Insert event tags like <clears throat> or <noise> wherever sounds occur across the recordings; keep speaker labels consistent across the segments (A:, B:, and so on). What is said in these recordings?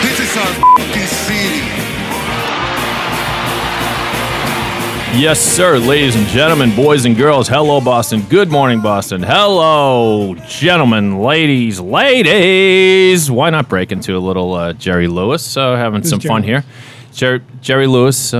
A: This is our f***ing city.
B: Yes, sir, ladies and gentlemen, boys and girls. Hello, Boston. Good morning, Boston. Hello, gentlemen, ladies, ladies. Why not break into a little uh, Jerry Lewis? Uh, having some fun here. Jerry, Jerry Lewis, uh,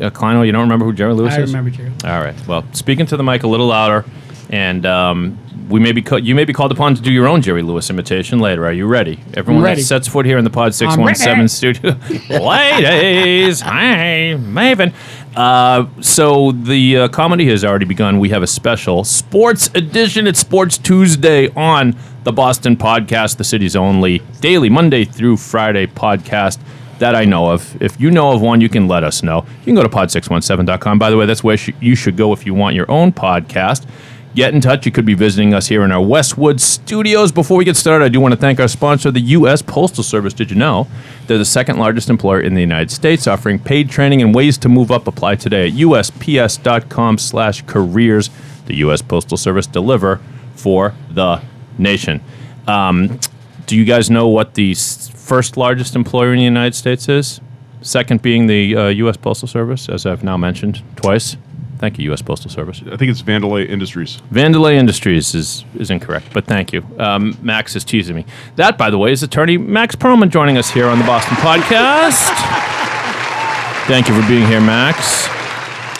B: uh, Kleino, you don't remember who Jerry Lewis
C: I
B: is?
C: remember Jerry.
B: All right. Well, speaking to the mic a little louder, and um, we may be ca- you may be called upon to do your own Jerry Lewis imitation later. Are you ready? Everyone
C: ready.
B: that sets foot here in the Pod Six One Seven studio, <laughs> ladies, hi, Maven. Uh, so the uh, comedy has already begun. We have a special sports edition. It's Sports Tuesday on the Boston Podcast, the city's only daily Monday through Friday podcast that I know of. If you know of one, you can let us know. You can go to pod617.com. By the way, that's where sh- you should go if you want your own podcast. Get in touch. You could be visiting us here in our Westwood studios. Before we get started, I do want to thank our sponsor, the U.S. Postal Service. Did you know they're the second largest employer in the United States, offering paid training and ways to move up? Apply today at usps.com/careers. The U.S. Postal Service deliver for the nation. Um, do you guys know what the s- first largest employer in the United States is? Second being the uh, U.S. Postal Service, as I've now mentioned twice. Thank you, U.S. Postal Service.
D: I think it's Vandalay Industries.
B: Vandalay Industries is, is incorrect, but thank you. Um, Max is teasing me. That, by the way, is attorney Max Perlman joining us here on the Boston Podcast. thank you for being here, Max.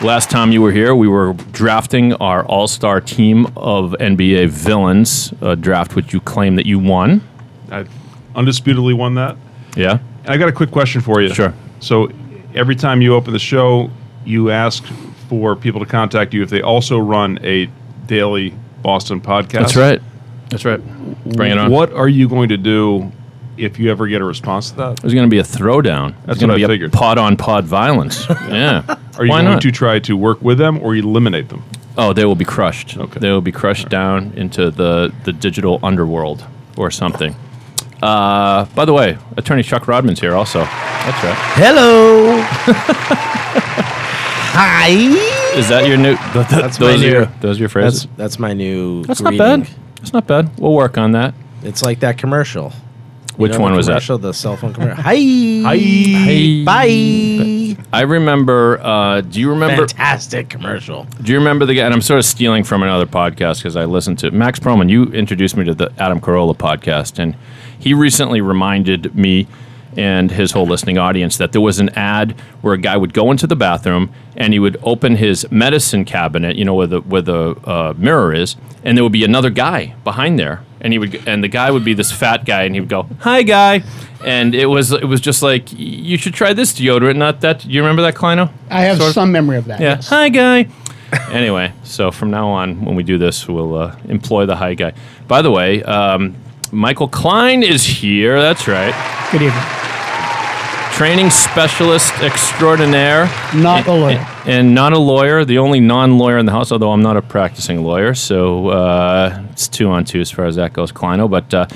B: Last time you were here, we were drafting our all star team of NBA villains, a draft which you claim that you won.
D: I undisputedly won that.
B: Yeah?
D: And I got a quick question for you.
B: Sure.
D: So every time you open the show, you ask for people to contact you if they also run a daily Boston podcast.
B: That's right. That's right. Bring it on.
D: What are you going to do if you ever get a response to that?
B: There's going to be a throwdown. There's
D: That's
B: going
D: what I
B: to be a
D: figured.
B: pod on pod
D: <laughs>
B: violence. yeah.
D: Are you
B: Why
D: going
B: not?
D: to try to work with them or eliminate them?
B: Oh, they will be crushed.
D: Okay.
B: They will be crushed down into the, the digital underworld or something. Uh, by the way, Attorney Chuck Rodman's here also. That's right.
E: Hello. Hi.
B: Is that your new? Th- th-
E: That's my
B: those are
E: new-
B: your those are your phrases.
E: That's that's my new.
B: That's, not
E: greeting.
B: bad. That's not bad. We'll work on that.
E: It's like that commercial.
B: Which
E: You know
B: one
E: the
B: was that?
E: commercial, The cell phone commercial. Hi.
B: Hey.
E: Bye.
B: I remember. Uh, do you remember?
E: Fantastic commercial.
B: Do you remember the guy? And I'm sort of stealing from another podcast because I listened to Max Perlman. You introduced me to the Adam Carolla podcast, and he recently reminded me and his whole listening audience that there was an ad where a guy would go into the bathroom and he would open his medicine cabinet, you know, where the where the uh, mirror is, and there would be another guy behind there, and he would g- and the guy would be this fat guy, and he would go, "Hi, guy." And it was it was just like you should try this deodorant, not that. You remember that, Kleino?
C: I have
B: Sort of-
C: some memory of that.
B: yeah.
C: yes.
B: Hi, guy. <laughs> anyway, so from now on, when we do this, we'll uh, employ the hi guy. By the way, um, Michael Klein is here. That's right.
C: Good evening.
B: Training specialist extraordinaire.
C: Not a lawyer.
B: And, and not a lawyer, the only non lawyer in the house, although I'm not a practicing lawyer. So uh, it's two on two as far as that goes, Kleino. But uh,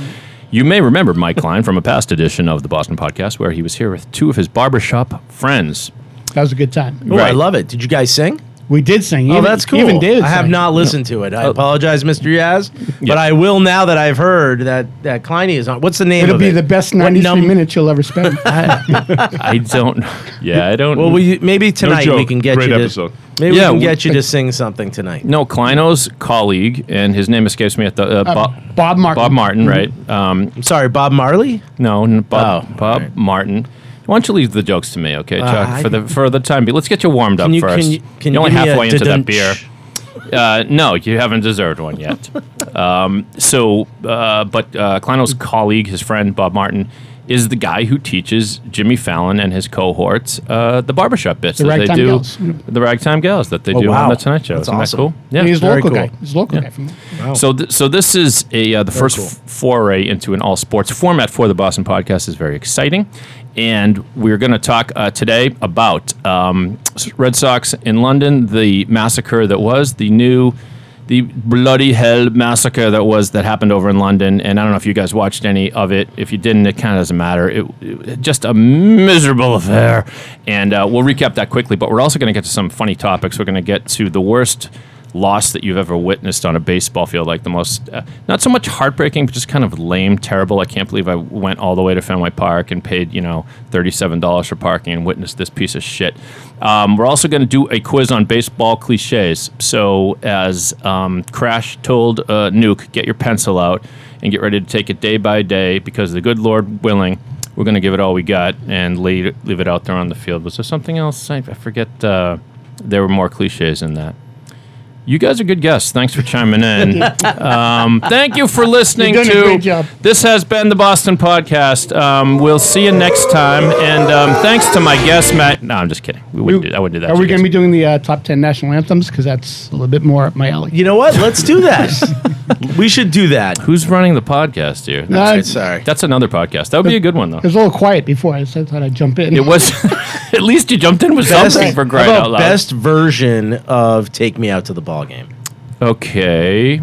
B: you may remember Mike Klein from a past edition of the Boston Podcast where he was here with two of his barbershop friends.
C: That was a good time.
E: Oh, I
B: Right.
E: love it. Did you guys sing?
C: We did sing.
E: Oh,
C: Even-
E: that's cool.
C: Even David
E: I have
C: sang.
E: not listened to
B: Oh.
E: it. I apologize, Mr. Yaz, but I will now that I've heard that that Kleiny is on. What's the name
C: It'll
E: of
C: be
E: it?
C: the best
E: What
C: 93
E: num-
C: minutes you'll ever spend.
B: I
E: <laughs>
B: don't. Yeah, I don't.
E: Well, we, maybe tonight we
D: joke.
E: can get
D: Great
E: you to
D: episode.
E: maybe
B: Yeah,
E: we can
B: we-
E: get you to sing something tonight.
B: No, Kleino's colleague, and his name escapes me at the uh, Bob,
C: Bob Martin.
B: Bob Martin, right? Um,
E: I'm sorry, Bob Marley.
B: no, n- Bob,
E: Mm-hmm. Oh, Uh,
B: Bob Martin. Why don't you leave the jokes to me, okay, Chuck?
E: I-
B: for the for the time being, let's get you warmed up
E: Can you-
B: first.
E: can you- can
B: You're
E: you
B: only
E: give me a
B: halfway into that
E: da-dum-tsh?
B: beer. Uh, no, you haven't deserved one
E: <laughs>
B: yet. um, so, uh, but uh, Kleino's colleague, his friend Bob Martin, is the guy who teaches Jimmy Fallon and his cohorts uh, the barbershop bits
C: The
B: that they
C: Ragtime
B: do,
C: Gals.
B: the ragtime gals that they do
E: Oh, wow.
B: on the Tonight Show.
E: That's
B: Isn't
E: awesome.
B: that cool? Yeah,
C: he's
E: very
C: local
E: cool.
C: guy. He's local guy from
B: So, th- so this is a uh, the first f- foray into an all sports format for the Boston podcast is very exciting, and we're going to talk uh, today about um, s- Red Sox in London, the massacre that was the new. The bloody hell massacre that was that happened over in London, and I don't know if you guys watched any of it. If you didn't, it kind of doesn't matter. It, it just a miserable affair, and uh, we'll recap that quickly. But we're also going to get to some funny topics. We're going to get to the worst loss that you've ever witnessed on a baseball field like the most uh, not so much heartbreaking but just kind of lame terrible i can't believe i went all the way to fenway park and paid you know $37 for parking and witnessed this piece of shit um, we're also going to do a quiz on baseball cliches so as um, crash told uh, nuke get your pencil out and get ready to take it day by day because the good lord willing we're going to give it all we got and leave, leave it out there on the field was there something else i, I forget uh, there were more cliches in that you guys are good guests. Thanks for chiming in. um, thank you for listening
C: You've done a
B: to.
C: great job.
B: This has been the Boston Podcast. Um, we'll see you next time. And um, thanks to my guest, Matt. No, I'm just kidding. We wouldn't do, I wouldn't do that.
C: Are
B: to
C: we
B: you
C: going to
B: guys.
C: be doing the uh, top 10 national anthems? Because that's a little bit more up my alley.
E: You know what? Let's
B: <laughs>
E: do that. we should do that.
B: Who's running the podcast here?
C: Uh,
E: All right, sorry.
B: That's another podcast. That would be a good one, though.
C: It was a little quiet before, so I thought I'd jump in.
B: It was. at least you jumped in with something for crying
E: How about
B: out loud.
E: Best version of "Take Me Out to the Ball Game."
B: Okay.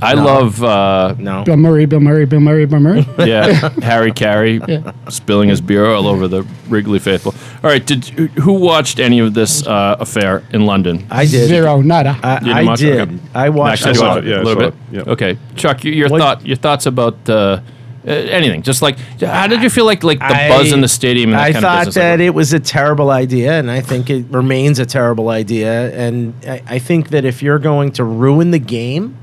B: I love. Uh,
E: No,
C: Bill Murray, Bill Murray, Bill Murray, Bill Murray.
B: yeah, Harry Carey spilling his beer all over the Wrigley faithful. All right, did who watched any of this uh, affair in London?
E: <laughs> I did. Uh,
C: Zero, nada.
E: I,
B: You didn't
E: I
B: watch it?
E: did.
B: Okay.
E: I
B: Max,
E: watched.
D: I
B: you
D: saw
B: watched
D: it, yeah,
B: a
D: I
B: little
D: saw
B: bit.
D: it, yeah.
B: Okay, Chuck, your, your
E: What-
B: thought, your thoughts about uh, uh, anything? Just like, how did you feel like like the
E: I-
B: buzz in the stadium? And that
E: I
B: kind
E: thought
B: of business?
E: that
B: Like,
E: it was a terrible idea, and I think it remains a terrible idea. And I, I think that if you're going to ruin
B: <laughs>
E: the game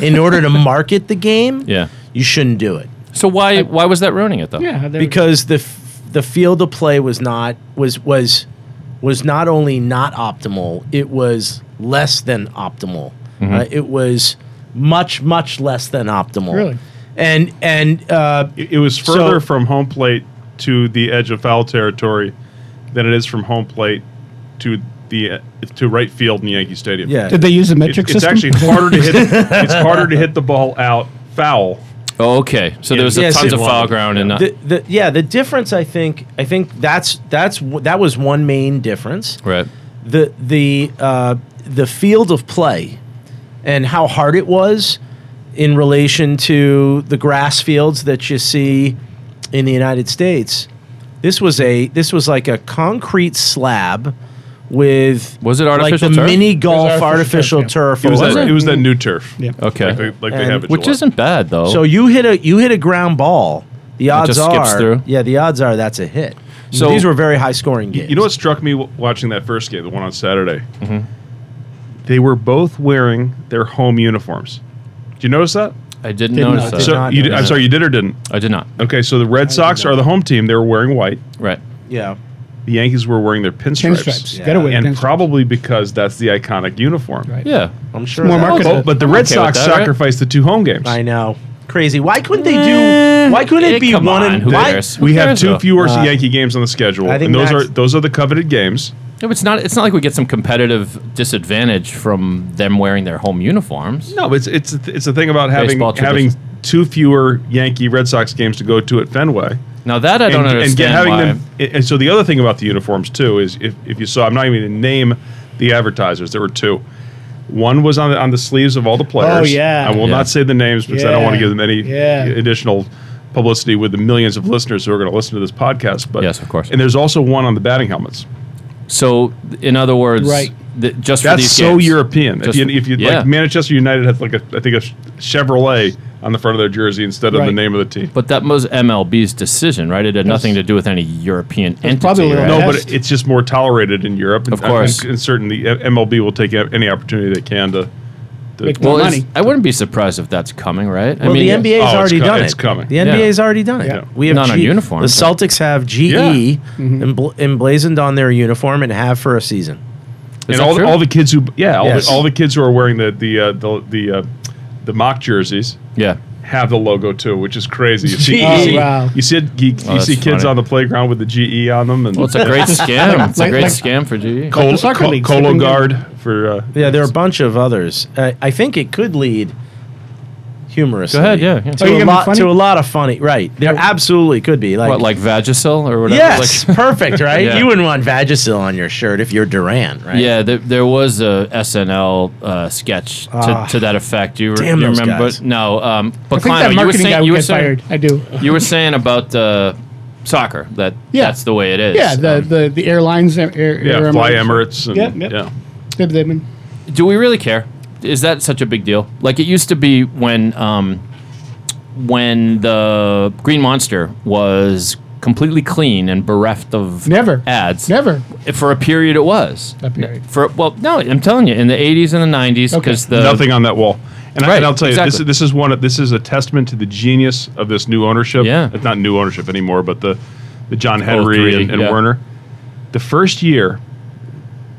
E: in order to market the game,
B: Yeah.
E: you shouldn't do it
B: So why why was that ruining it though?
C: yeah, there-
E: because the f- the field of play was not was was was not only not optimal, it was less than optimal.
C: Mm-hmm.
E: Uh, it was much much less than optimal.
C: Really?
E: And and uh,
D: It, it was further
E: So-
D: from home plate to the edge of foul territory than it is from home plate to the uh, to right field in Yankee Stadium.
E: yeah,
C: Did they use the
D: It-
C: metric
D: it's
C: system?
D: actually harder to hit. it's harder to hit the ball out foul.
B: Oh, okay. So there was
E: Yes,
B: tons
E: it
B: of foul
E: was.
B: ground and not,
E: the, the yeah the difference I think I think that's that's w- that was one main difference
B: right.
E: the the uh, the field of play and how hard it was in relation to the grass fields that you see in the United States this was a this was like a concrete slab with
B: Was it artificial
E: like the
B: turf?
E: mini golf
C: It was artificial
E: artificial,
C: turf,
E: turf,
D: It was,
E: or
B: was
D: that,
B: it?
D: it was that new turf.
C: Yeah.
D: Like
B: Okay.
D: they, like they
E: And-
D: have it.
B: Which isn't bad though.
E: So you hit a you hit a ground ball. The odds
B: just skips
E: are,
B: through?
E: yeah, the odds are that's a hit.
B: So-
E: So these were very high scoring games.
D: You know what struck me w- watching that first game, the one on Saturday? They were both wearing their home uniforms. Did you notice that?
B: I didn't
C: Did
B: notice
C: not.
B: that.
C: Did
D: so
E: not
D: you did,
E: notice
D: I'm
B: that.
D: sorry, you did or didn't?
B: I did not.
D: Okay, so the Red Sox are the home team. They were wearing white.
B: Right.
E: Yeah,
D: The Yankees were wearing their pinstripes.
C: pinstripes.
E: Yeah.
C: Get away.
D: And
C: pinstripes.
D: probably because that's the iconic uniform. Oh,
C: Right.
B: Yeah.
E: I'm sure.
C: More
E: that-
C: market-
D: But, but the
B: I'm
D: Red
B: okay with
D: Sox
B: that, right?
D: sacrificed the two home games.
E: I know, crazy. Why couldn't they
B: Eh,
E: do? Why couldn't
B: eh,
E: it be
B: come
E: one?
B: on,
E: and
B: who
E: why-
B: cares?
D: We have
B: cares,
D: two
B: though?
D: fewer Yankee games on the schedule,
E: I think
D: and those
E: Max-
D: are those are the coveted games.
B: Yeah, but it's not. It's not like we get some competitive disadvantage from them wearing their home uniforms.
D: No, but it's it's a th- it's a thing about having
B: Baseball
D: having
B: tradition.
D: two fewer Yankee Red Sox games to go to at Fenway.
B: Now that I don't
D: and,
B: understand
D: and get- having
B: why.
D: them. And and so the other thing about the uniforms too is if, if you saw, I'm not even going to name the advertisers. There were two. One was on the, on the sleeves of all
E: Oh,
D: the players.
C: yeah.
D: I will
B: Yeah.
D: not say the names because I don't
C: Yeah.
D: want to give them any
C: Yeah.
D: additional publicity with the millions of listeners who are going to listen to this podcast. But
B: Yes, of course.
D: And there's also one on the batting helmets.
B: so, in other words,
C: Right.
B: th- just for
D: That's
B: these
D: so
B: games.
D: European.
B: Just-
D: if you, if you
B: yeah.
D: like Manchester United has like a, I think a Chevrolet on the front of their jersey instead of the
C: Right.
D: name of the team.
B: But that was MLB's decision, right? It had nothing to do with any European entity.
C: probably a little
B: right?
D: No, but
C: Best.
D: it's just more tolerated in Europe.
B: Of course.
D: and, and certainly uh, MLB will take a- any opportunity they can to. to
C: Make
B: Well,
C: more
B: it's-
C: money.
B: I wouldn't be surprised if that's coming, right? I
E: Well, the NBA's
D: Oh, it's
E: already
D: co-
E: done
D: it's
E: it.
D: coming.
E: The NBA's already done it.
D: Yeah.
E: We have
B: Not on
E: G-
B: uniforms,
E: The
B: though.
E: Celtics have GE
D: Yeah.
E: embl- emblazoned on their uniform and have for a season.
B: is
D: and
B: that
D: all,
B: true?
D: all the kids who yeah all,
E: Yes.
D: the, all the kids who are wearing the the uh, the the, uh, the mock jerseys
B: yeah.
D: have the logo too, which is crazy. You see,
C: Oh,
D: you see,
C: wow.
D: you see, it- you, you
B: that's
D: see kids
B: funny.
D: on the playground with the GE on them, and
B: Well, it's a
C: <laughs>
B: great scam. It's a
C: Like-
B: great
C: like-
B: scam for E. GE.
C: Like
D: Col-
C: the soccer
D: Col-
C: leagues,
D: Colo
C: they can-
D: Guard for uh,
E: Yeah, there are a bunch of others. I, I think it could lead humorously.
B: Go ahead, yeah, yeah.
C: Oh,
E: To
C: you're
E: a
C: gonna be
E: lot
C: funny?
E: to a lot of funny. Right. There absolutely could be. Like,
B: What, like Vagisil or whatever?
E: Yes,
B: Like- <laughs>
E: perfect, right?
B: Yeah.
E: You wouldn't want Vagisil on your shirt if you're Durant, right?
B: yeah, there, there was a SNL uh, sketch to,
E: Ah.
B: to that effect. Do you, re-
E: Damn
B: you
E: those
B: remember?
E: guys.
B: No, um,
C: I
B: but
C: think
B: Kleiner,
C: that
B: you were
C: marketing guy
B: saying
C: would
B: you were
C: get
B: saying,
C: fired. I do.
B: you were saying about uh, soccer that
C: <laughs> Yeah.
B: that's the way it is.
C: Yeah, the,
B: Um,
C: the, the airlines. Air, air,
D: yeah,
C: air
D: Fly Emirates. And,
C: Yep, yep.
D: Yeah,
C: They've they've been
B: do we really care? Is that such a big deal? Like it used to be when um, when the Green Monster was completely clean and bereft of
C: Never.
B: ads.
C: never
B: For a period, it was.
C: that period.
B: For well, no, I'm telling you, in the 80s and the 90s,
C: Okay.
B: because the
D: nothing on that wall. And, I,
B: Right,
D: and I'll tell you, this,
B: exactly.
D: is- this is one. of- This is a testament to the genius of this new ownership.
B: Yeah.
D: it's not new ownership anymore, but the the John Henry
B: 03,
D: and, and
B: yeah.
D: Werner. The first year,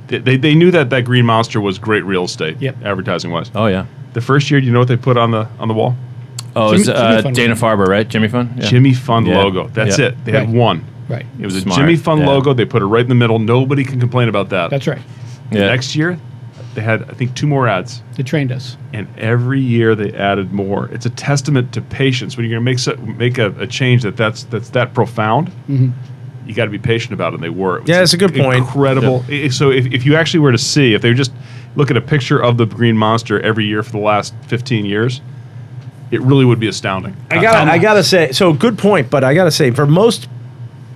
D: they, they, they knew that that Green Monster was great real estate,
C: Yep.
D: advertising wise.
B: Oh yeah.
D: The first year, do you know what they put on the on the wall?
B: Oh,
C: Jimmy-
B: it's uh,
C: Jimmy Fund.
B: Dana Farber, right? Jimmy Fun. Yeah.
D: Jimmy Fund
B: Yeah.
D: logo. That's
B: Yeah.
D: it. They
C: Right.
D: had one.
C: Right.
D: It was
B: Smart.
D: a Jimmy Fund
B: Yeah.
D: logo. They put it right in the middle. Nobody can complain about that.
C: That's right.
B: Yeah.
D: Next year, they had I think two more ads,
C: They trained us.
D: and every year they added more. It's a testament to patience when you're going to make so, make a, a change that that's that's that profound. You got to be patient about it. and They were. It was
E: Yeah, that's a good point.
D: Incredible. I- So if, if you actually were to see, if they were just look at a picture of the green monster every year for the last 15 years, it really would be astounding.
E: I gotta, I gotta say, so good point, but I gotta say, for most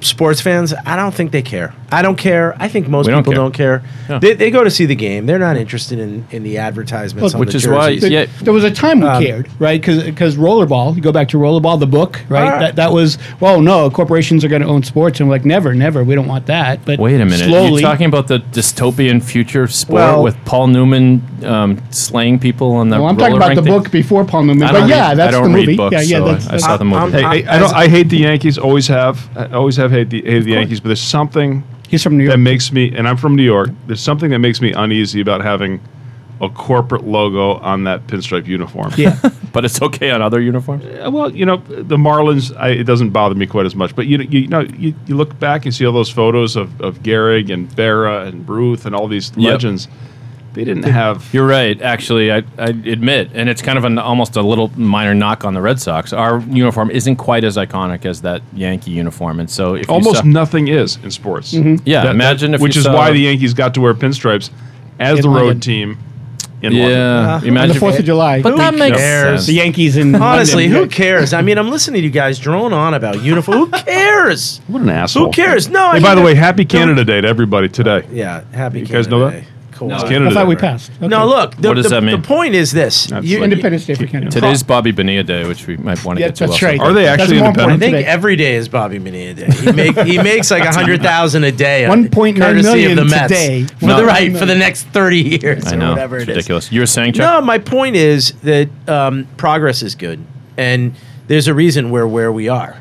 E: sports fans, I don't think they care. I don't care. I think most
B: We don't
E: people
B: care.
E: don't care. They, they go to see the game. They're not interested in, in the advertisements.
C: Look,
E: on
B: which
E: the
B: is why-
E: jerseys.
B: Yeah.
C: There was a time we
E: Um,
C: cared, right? Because rollerball, you go back to rollerball, the book, right?
E: Alright.
C: That, that was, well, no, corporations are going to own sports. And we're like, never, never. We don't want that. But
B: Wait a minute.
C: Slowly.
B: You're talking about the dystopian future sport
E: Well-
B: with Paul Newman um, slaying people on the.
C: well, I'm talking
B: roller
C: about the
B: rink thing?
C: book before Paul Newman.
B: I
C: But
B: don't
C: yeah,
B: read-
C: that's
B: I don't
C: the
B: read
C: movie.
B: Books,
C: yeah, yeah.
B: so
C: that's,
B: I, I saw the
E: I'm-
B: movie.
E: I'm-
D: Hey, I, I don't. I hate the Yankees. Always have. I always have hate the, hated the Yankees. But there's something
C: he's from New
D: that
C: York.
D: makes me, and I'm from New York. There's something that makes me uneasy about having a corporate logo on that pinstripe uniform.
C: yeah.
B: but it's okay on other uniforms.
D: Uh, Well, you know, the Marlins. I, it doesn't bother me quite as much. But you, know- you, you know, you, you look back and see all those photos of of Gehrig and Berra and Ruth and all these legends. They didn't have.
B: You're right. Actually, I, I admit, and it's kind of an almost a little minor knock on the Red Sox. Our uniform isn't quite as iconic as that Yankee uniform, and so if you
D: Almost
B: saw-
D: nothing is in sports.
C: Mm-hmm.
B: Yeah, imagine if
D: which
B: you
D: is
B: saw-
D: why the Yankees got to wear pinstripes as
C: In
D: the road
C: London.
D: team. In
B: yeah,
D: London.
C: On
B: imagine
C: the 4th of July.
B: But that makes
E: cares?
B: sense.
C: the Yankees in
E: Honestly,
C: London,
E: who
C: yeah.
E: cares? I mean, I'm listening to you guys drone on about uniform. Who cares?
D: What an asshole!
E: Who cares? No, I
D: Hey, by
E: mean,
D: the way, happy Canada Day to everybody today.
E: Yeah, happy. You
D: guys know that?
E: Cool.
D: It's
E: No,
D: Canada
C: I thought
D: Day,
C: we
D: right?
C: passed. Okay.
E: look. The,
B: What does
E: the-
B: that mean?
E: The point is this:
D: That's
E: you,
D: like-
C: Independence Day for Canada.
B: Today's Bobby Bonilla Day, which we might want to
C: Yeah,
B: get to.
C: that's
B: also.
C: right.
D: Are they
C: That's
D: actually
C: more
E: I
C: important
E: think
C: today.
E: every day is Bobby Bonilla Day. He, make, he
C: <laughs>
E: makes like a hundred thousand a day, uh,
C: $1.9
E: courtesy
C: million
E: of the Mets
C: today.
E: for
C: No.
E: the right for the next thirty years
B: I
E: or
B: know.
E: whatever
B: it's
E: it is.
B: ridiculous. You're saying, Chuck?
E: No, my point is that um, progress is good, and there's a reason we're where we are.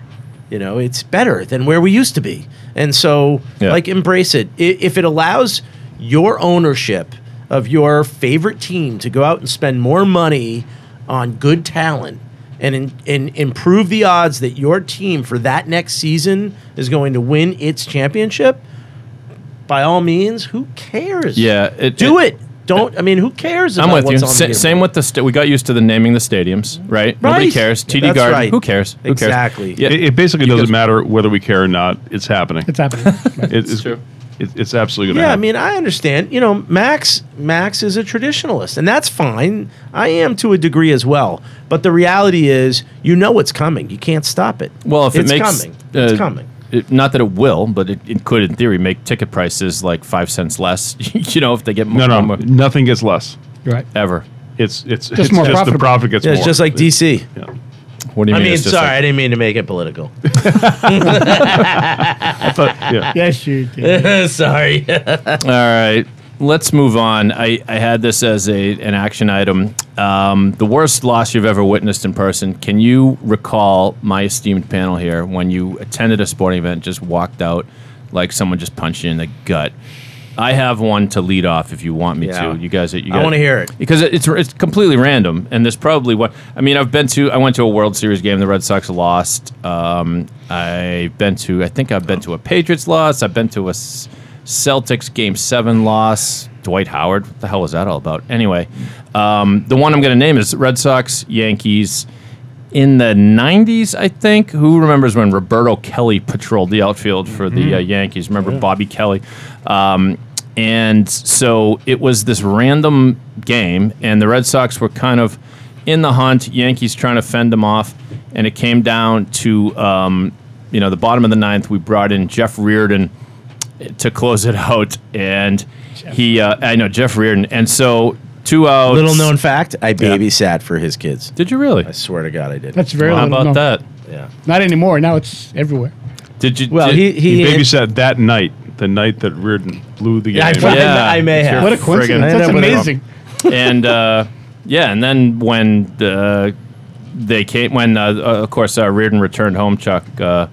E: You know, it's better than where we used to be, and so
B: Yeah.
E: like embrace it. I- If it allows your ownership of your favorite team to go out and spend more money on good talent and in, and improve the odds that your team for that next season is going to win its championship, by all means, who cares?
B: Yeah, it-
E: do
B: it-
E: it. Don't. I mean, who cares?
B: I'm with
E: about
B: you.
E: what's on the
B: Sa-
E: uniform.
B: same with the sta- we got used to the naming the stadiums, right? Nobody
E: Right.
B: cares.
E: Yeah,
B: TD
E: that's
B: Garden,
E: right.
B: who cares? Who cares?
E: Exactly.
B: Yeah,
D: It, it basically doesn't matter whether we care or not. It's happening.
C: It's happening.
D: It- it's,
B: true.
D: it- it's absolutely going to
E: Yeah, I
D: happen.
E: mean, I understand. You know, Max Max is a traditionalist, and that's fine. I am to a degree as well. But the reality is, you know it's coming. You can't stop it.
B: Well, if
E: it's
B: it makes
E: coming, it's
B: uh,
E: coming.
B: it- not that it will, but it, it could, in theory, make ticket prices like five cents less. <laughs> you know, if they get more,
D: no, no,
B: more-
D: nothing gets less.
C: You're right.
B: ever.
D: It's it's
C: Just
D: it's
C: more
D: just the
C: profitable.
D: profit gets
E: Yeah, it's
D: more.
E: just like DC.
B: What do you
E: I
B: mean?
E: mean,
B: it's just
E: sorry,
B: like-
E: I didn't mean to make it political.
D: But, yeah.
C: Yes, you
E: <laughs> <laughs>
C: did.
E: sorry.
B: All right, let's move on. I, I had this as a an action item. Um, the worst loss you've ever witnessed in person. Can you recall my esteemed panel here when you attended a sporting event, and just walked out like someone just punched you in the gut? I have one to lead off if you want me
E: Yeah.
B: to. You guys, you
E: I
B: guys-
E: wanna hear it.
B: because it- it's it's completely random, and there's probably what I mean. I've been to I went to a World Series game. The Red Sox lost. Um, I've been to I think I've been to a Patriots loss. I've been to a S- Celtics game seven loss. Dwight Howard. What the hell was that all about? Anyway, um, the one I'm going to name is Red Sox Yankees in the 90s, I think. Who remembers when Roberto Kelly patrolled the outfield for
E: Mm-hmm.
B: the uh, Yankees? Remember Bobby Kelly? Um, and so it was this random game, and the Red Sox were kind of in the hunt, Yankees trying to fend them off, and it came down to. Um, you know, the bottom of the ninth, we brought in Jeff Reardon, to close it out, and he, uh, I know Jeff Reardon, and so two outs.
E: Little known fact: I babysat for his kids.
B: Did you really?
E: I swear to God, I did.
C: That's very
B: How
C: little
B: about
C: known.
B: that?
E: yeah.
C: Not anymore. Now it's everywhere.
B: Did you?
E: Well,
B: did-
E: he
D: He
E: he,
D: babysat that night, the night that Reardon blew the game.
E: I, I-
B: Yeah.
E: I may have.
C: What a
E: friggin-
C: coincidence. That's
E: I ended up with a-
C: amazing.
B: and uh, yeah, and then when the they came, when uh, uh, of course uh, Reardon returned home, Chuck, uh,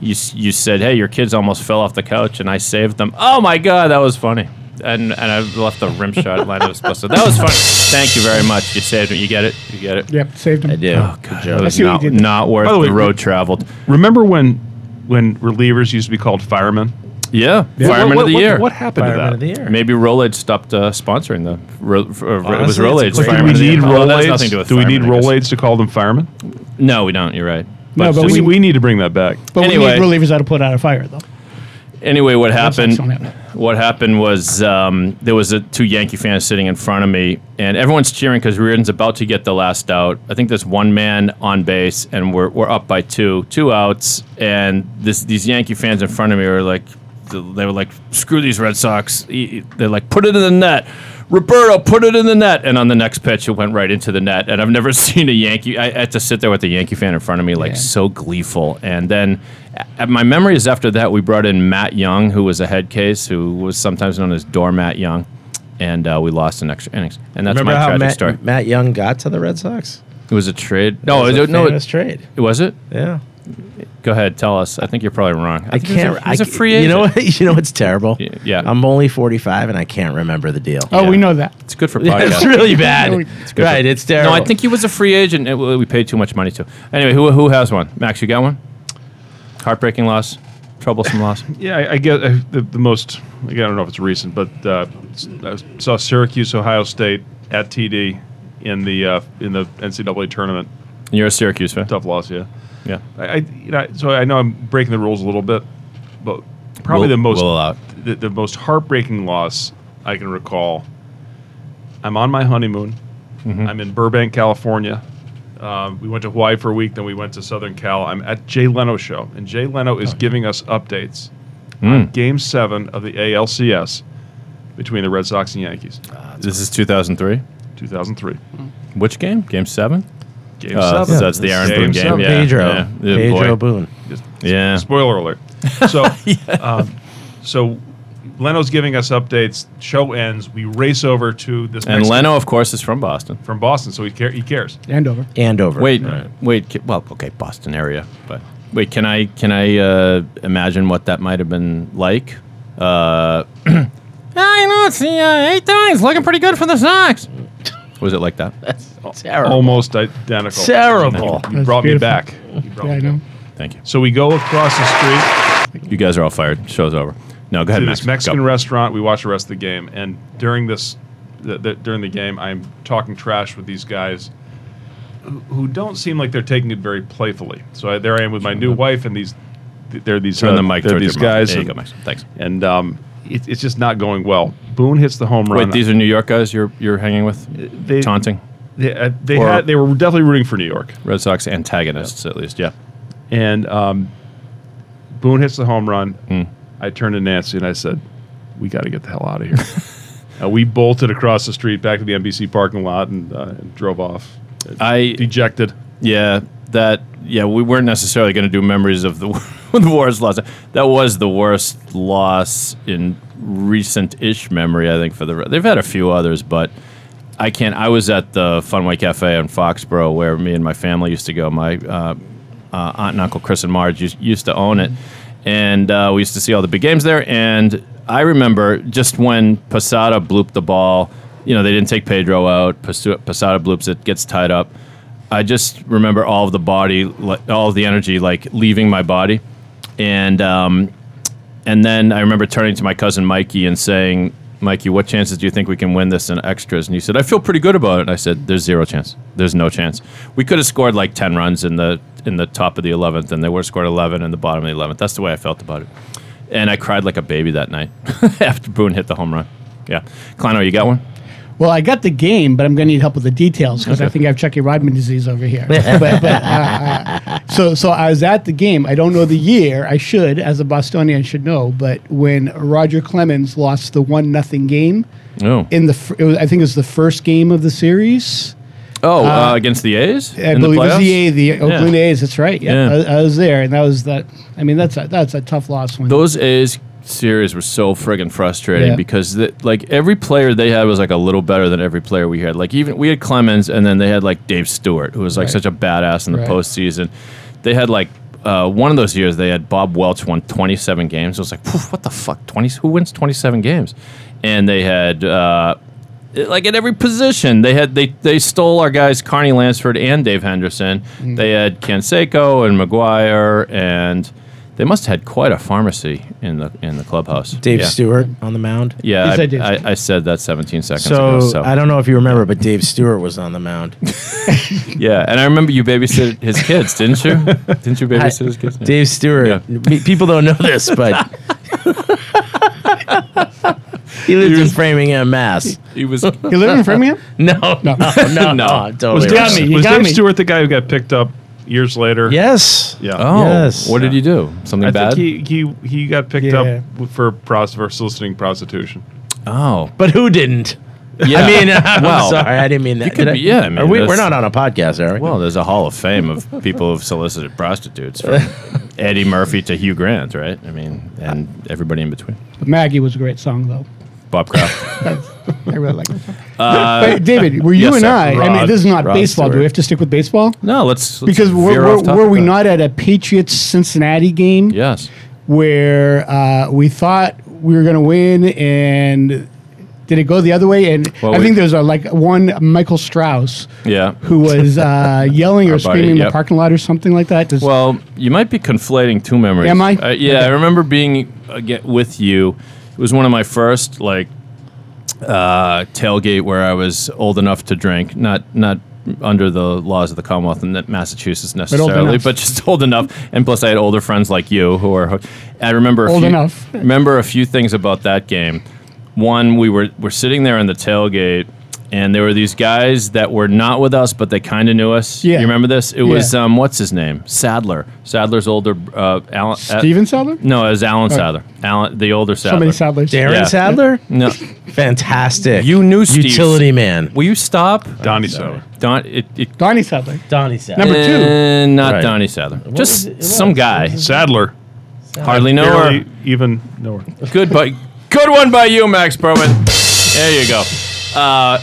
B: you s- you said, "Hey, your kids almost fell off the couch," and I saved them. Oh my God, that was funny. And and I left the rim shot line I was supposed to. That was funny. Thank you very much. You saved it. You get it. You get it.
C: Yep, saved him.
E: I do.
B: Oh God, that was
C: see what
B: not,
C: you did there.
B: not worth
D: By the
B: the,
D: way,
B: road traveled.
D: Remember when when relievers used to be called firemen?
B: Yeah, fireman
D: What- what-
B: of the
D: what-
B: year.
D: What happened
E: Fireman
D: to that?
E: of the year.
B: Maybe Roll Aid stopped uh, sponsoring the. Ro- f- uh, it was
E: Honestly,
B: Roll
E: that's a
B: Aid's
E: great
D: Do
B: Fireman
D: we
B: of the Year.
D: need
B: Oh,
D: roll
B: that's
D: aids?
B: nothing to do with
D: Do we
B: firemen, I
D: need
B: guess.
D: roll aids to call them firemen?
B: No, we don't. You're right.
C: No, but
B: just-
D: We,
C: We-
D: we need to bring that back.
C: But
B: Anyway.
C: we need relievers that'll put out a fire, though.
B: anyway, what
C: Sox
B: happened?
C: don't have that.
B: What happened was um, there was a, two Yankee fans sitting in front of me, and everyone's cheering because Reardon's about to get the last out. I think there's one man on base, and we're, we're up by two, two outs, and this these Yankee fans in front of me were like, they were like, screw these Red Sox. E- They're like, put it in the net. Roberto, put it in the net. And on the next pitch, it went right into the net. And I've never <laughs> seen a Yankee. I, I had to sit there with a Yankee fan in front of me, like so gleeful. And then a- my memory is after that, we brought in Matt Young, who was a head case, who was sometimes known as Doormat Young. And uh, we lost in extra innings. And that's
E: Remember
B: my
E: how
B: tragic
E: Matt,
B: story.
E: Matt Young got to the Red Sox?
B: It was a trade. No,
E: It
B: it,
E: was a
B: Oh, no,
E: famous
B: it,
E: trade.
B: was it?
E: Yeah.
B: Go ahead, tell us. I think you're probably wrong.
E: I
B: think it was
E: can't.
B: A, it was
E: I
B: a
E: ca-
B: free
E: You
B: agent.
E: know what? <laughs> You know what's terrible?
B: Y- yeah.
E: I'm only 45 and I can't remember the deal.
C: Oh, we know that.
B: It's good for
E: <laughs> Yeah,
B: podcasts.
E: it's really bad.
C: No, we-
B: good
E: right.
B: for-
E: It's terrible.
B: No, I think he was a free agent. It- we paid too much money to. Anyway, who who has one? Max, you got one? Heartbreaking loss, troublesome loss.
D: Yeah, I, I guess uh, the, the most. Again, I don't know if it's recent, but uh, s- I saw Syracuse, Ohio State at TD in the uh, in the NCAA tournament.
B: And <laughs> You're a Syracuse fan.
D: Tough loss, yeah.
B: Yeah.
D: I, I you know, so I know I'm breaking the rules a little bit, but probably
B: We'll-
D: the most
B: we'll uh, allow it.
D: the, the most heartbreaking loss I can recall. I'm on my honeymoon.
B: Mm-hmm.
D: I'm in Burbank, California. Um, we went to Hawaii for a week, then we went to Southern Cal. I'm at Jay Leno show, and Jay Leno is giving us updates on
B: Mm.
D: Game Seven of the ALCS between the Red Sox and Yankees,
B: This is 2003.
D: 2003.
B: Which game? Game seven.
D: Game
B: Uh,
D: Seven.
B: so that's the Aaron
D: Game
B: Boone game.
D: seven.
B: Yeah,
E: Pedro.
B: yeah. Yeah, boy.
E: Pedro Boone.
D: Just-
B: Yeah.
D: Spoiler alert.
B: <laughs>
D: So, um, so Leno's giving us updates. Show ends. We race over to this
B: And
D: next
B: Leno, of course, is from Boston.
D: from Boston, so he, care, he cares.
C: Andover.
E: Andover.
B: Wait, wait. ca- Well, okay, Boston area, but wait. Can I can I uh, imagine what that might have been like? Uh, <clears throat> I know it's the uh, eight times looking pretty good for the Sox. Was it like that?
E: Terrible.
D: Almost identical.
E: Terrible.
D: You brought me
C: beautiful.
D: back. You brought
C: Yeah, I
D: me
C: know.
D: back.
B: Thank you.
D: So we go across the street
B: You guys are all fired. Show's over. No, go ahead.
D: to
B: Max.
D: this Mexican
B: Go.
D: restaurant. We watch the rest of the game, and during this, the, the, during the game, I'm talking trash with these guys. who- Who don't seem like they're taking it very playfully. So I, there I am with my new wife, and these, they're these,
B: Turn
D: uh,
B: the mic
D: they're
B: towards
D: these
B: your mouth.
D: guys.
B: There you
D: and-
B: go, Max. Thanks.
D: and um, it, it's just not going well. Boone hits the home run.
B: Wait, these are New York guys you're you're hanging with,
D: they,
B: taunting
D: They, uh, they
B: Or-
D: had, they were definitely rooting for New York,
B: Red Sox antagonists at least. Yeah.
D: and um, Boone hits the home run.
F: Hmm.
D: I turned to Nancy and I said, "We got to get the hell out of
F: <laughs>
D: here." uh, we bolted across the street back to the NBC parking lot and, uh, and drove off,
B: I
D: dejected.
B: Yeah, that. Yeah, we weren't necessarily going to do memories of the, <laughs> the worst loss. That was the worst loss in recent-ish memory, I think. For the they've had a few others, but I can't. I was at the Funway Cafe in Foxborough, where me and my family used to go. My uh, uh, aunt and uncle Chris and Marge used, used to own it, and uh, we used to see all the big games there. And
F: I remember just when Posada blooped the ball. You know, they didn't take Pedro out. Pasu- Posada bloops it, gets tied up. I just remember all of the body, like, all of the energy, like leaving my body, and um, and then I remember turning to my cousin Mikey and saying, "Mikey, what chances do you think we can win this in extras?" And he said, "I feel pretty good about it." And I said, "There's zero chance. There's no chance. We could have scored like ten runs in the in the top of the eleventh, and they <laughs> would have scored eleven in the bottom of the eleventh. That's the way I felt about it." And I cried like a baby that night <laughs> after Boone hit the home run. Yeah, Kleino, you got one?
C: Well, I got the game, but I'm going to need help with the details because I think I have Chucky Rodman disease over here. but, but, uh, uh, so, so I was at the game. I don't know the year. I should, as a Bostonian, should know. But when Roger Clemens lost the one nothing game
F: No.
C: in the, fir- it was, I think it was the first game of the series.
F: oh, uh, against the A's?
C: I
F: in
C: believe
F: the
C: it was the
F: playoffs?
C: A, the Oakland A's. That's right. Yeah,
F: Yeah.
C: I, I was there, and that was that. I mean, that's a, that's a tough loss. When
F: Those A's series were so friggin' frustrating
C: Yeah.
F: because the, like every player they had was like a little better than every player we had. Like even we had Clemens, and then they had like Dave Stewart, who was like such a badass in the
C: Right.
F: postseason. They had like. Uh, one of those years, they had Bob Welch won 27 games. It was like, "Phew, what the fuck? 20? Who wins 27 games? And they had uh, it- like at every position they had they they stole our guys Carney Lansford and Dave Henderson.
E: Mm-hmm.
F: They had Canseco and McGuire and they must have had quite a pharmacy in the in the clubhouse.
E: Dave
F: yeah.
E: Stewart on the mound.
F: Yeah,
C: Yes,
F: I,
C: I did.
F: I, I said that 17 seconds
E: So,
F: ago. So
E: I don't know if you remember, but Dave Stewart was on the mound.
F: yeah, and I remember you babysit
E: <laughs>
F: his kids, didn't you? didn't you babysit his kids?
E: Dave Stewart.
F: Yeah.
E: Me- People don't know this, but he lived in Framingham, Mass.
F: He was
C: you live in Framingham,
E: No, no, no, no,
F: No.
E: totally.
C: Was
E: wrong.
C: Dummy, you
D: was
C: got
D: Dave
C: me.
D: Stewart the guy who got picked up years later?
E: Yes.
D: Yeah.
F: Oh,
E: Yes.
F: what did you do? Something
D: I
F: bad?
D: think he, he, he got picked
C: Yeah.
D: up w- for, prost- for soliciting prostitution.
F: oh,
E: But who didn't?
F: yeah.
E: I mean, <laughs> I'm
F: Wow.
E: sorry, I didn't mean that.
F: could
E: Did I-
F: be- yeah, I mean,
E: are we, we're
F: that's-
E: not on a podcast, are we?
F: Well, there's a hall of fame of people who've solicited prostitutes
E: <laughs>
F: from Eddie Murphy to Hugh Grant, right? I mean, and everybody in between.
C: But Maggie was a great song though.
F: Bob
C: <laughs>
F: Kraft. Uh,
C: I really like it. but David, were you
F: yes,
C: and
F: sir.
C: I? I mean,
F: Rod-
C: this is not
F: Rod
C: baseball. Do
F: Stewart.
C: we have to stick with baseball?
F: no, let's, let's
C: Because were,
F: veer
C: were,
F: off topic
C: were we
F: there.
C: not at a Patriots Cincinnati game
F: Yes.
C: where uh, we thought we were going to win and did it go the other way? And
F: Well,
C: I
F: we-
C: think there's a, like one Michael Strauss
F: Yeah.
C: who
F: <laughs>
C: was uh, yelling or
F: Our buddy,
C: screaming in
F: yep.
C: the parking lot or something like that. Does,
F: Well, you might be conflating two memories.
C: Am I?
F: Uh, yeah, I remember being again with you. It was one of my first like uh, tailgate where I was old enough to drink, not not under the laws of the Commonwealth in Massachusetts necessarily,
C: enough.
F: but, just <laughs> old enough. And plus, I had older friends like you who are. hooked. I remember a
C: Old
F: few,
C: enough.
F: Remember a few things about that game. One, we were were sitting there in the tailgate. And there were these guys that were not with us, but they kind of knew us.
C: Yeah.
F: You remember this? It
C: Yeah.
F: was um, what's his name? Sadler. Sadler's older uh, Alan.
C: Steven Sadler?
F: No, it was Alan Sadler. Alan, the older Sadler.
C: so many Sadlers.
E: Darren
F: Yeah.
E: Sadler?
F: No,
E: Fantastic.
F: you knew Steve.
E: Utility man.
F: Will you stop?
D: Donnie Sauer.
F: Don. It. it
C: Donnie Sadler.
E: Donnie Sadler.
C: Number two.
F: Eh, not
D: Right.
F: Donnie Sadler. Just
E: was it- it was-
F: some guy.
D: Sadler.
F: Hardly know her.
D: Barely even know her.
F: Good, but good one by you, Max Perman. There you go. Uh,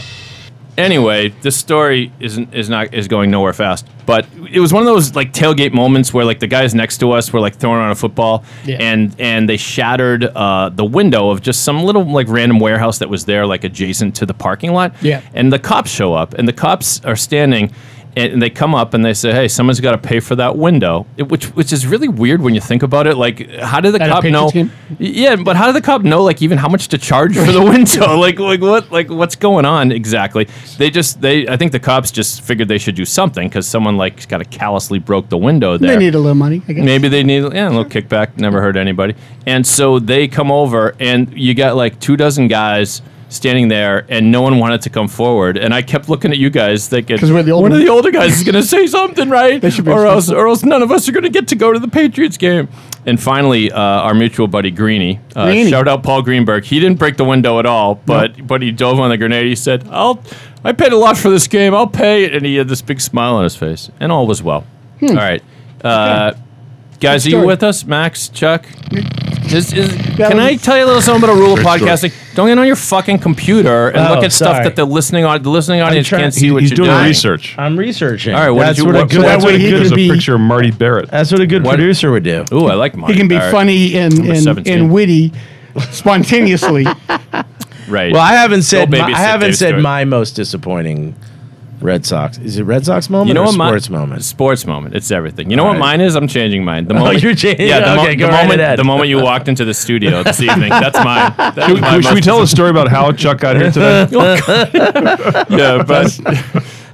F: anyway, this story isn't is not is going nowhere fast. But it was one of those like tailgate moments where like the guys next to us were like throwing around a football,
C: Yeah.
F: and and they shattered uh, the window of just some little like random warehouse that was there like adjacent to the parking lot.
C: Yeah.
F: And the cops show up, and the cops are standing. And and they come up and they say, "Hey, someone's got to pay for that window," It- which which is really weird when you think about it. Like, how did the
C: At a
F: cop
C: Patriots
F: know?
C: game?
F: Yeah, but how did the cop know like even how much to charge for the window? <laughs> like like what like what's going on exactly? They just they I think the cops just figured they should do something because someone like kind of callously broke the window there.
C: They need a little money, I guess.
F: Maybe they need yeah, a little kickback. Never hurt anybody. And so they come over, and you got like two dozen guys standing there, and no one wanted to come forward. And I kept looking at you guys, thinking,
C: 'Cause we're the old
F: one of
C: ones."
F: the older guys is going to say something, right?
C: They should be
F: or else, or else none of us are going to get to go to the Patriots game. And finally, uh, our mutual buddy Greeny, uh,
C: Greeny.
F: shout out Paul Greenberg. He didn't break the window at all, but but he dove on the grenade. He said, "I'll." I paid a lot for this game. I'll pay it. And he had this big smile on his face. And all was well.
C: Hmm.
F: All right. Uh, Guys, are you
C: Good story.
F: with us, Max, Chuck? Is- is-
C: That
F: can
C: was-
F: I tell you a little something about a rule of podcasting? Don't get on your fucking computer and
E: Oh,
F: look at stuff
E: sorry.
F: that the listening on the listening audience
E: trying-
F: can't see
E: he-
F: what
D: He's
F: you're
D: doing
F: doing.
D: research.
E: I'm researching.
F: All right, what
E: that's
F: did you-
E: what,
F: what-
E: a good,
C: so
E: that's
C: that
E: what,
C: way
E: a
C: he
E: good,
C: could
D: There's a
C: be-
D: picture of Marty Barrett.
E: that's what a good
F: What-
E: producer would do.
F: Ooh, I like mine.
C: He can be
F: All right.
C: funny and,
F: Number
C: and,
F: 17.
C: and witty
F: <laughs>
C: spontaneously.
B: Right.
E: Well, I haven't said
B: babysit
E: my, I haven't
B: Dave
E: said
B: Stewart.
E: my most disappointing Red Sox. Is it Red Sox moment
B: You know
E: or
B: what my-
E: sports moment?
B: Sports moment. It's everything. You know
E: All
B: what
E: right. Oh,
B: mine is? I'm changing mine.
E: <laughs>
B: The moment
E: you're changing-
B: Yeah. The,
E: okay, go
B: the
E: right
B: moment.
E: ahead.
B: The moment you walked into the studio this evening. That's
E: <laughs>
B: mine. That's
D: Should,
B: my
D: should we
B: most-
D: tell a story about how Chuck got
C: <laughs>
D: here today?
B: Yeah, but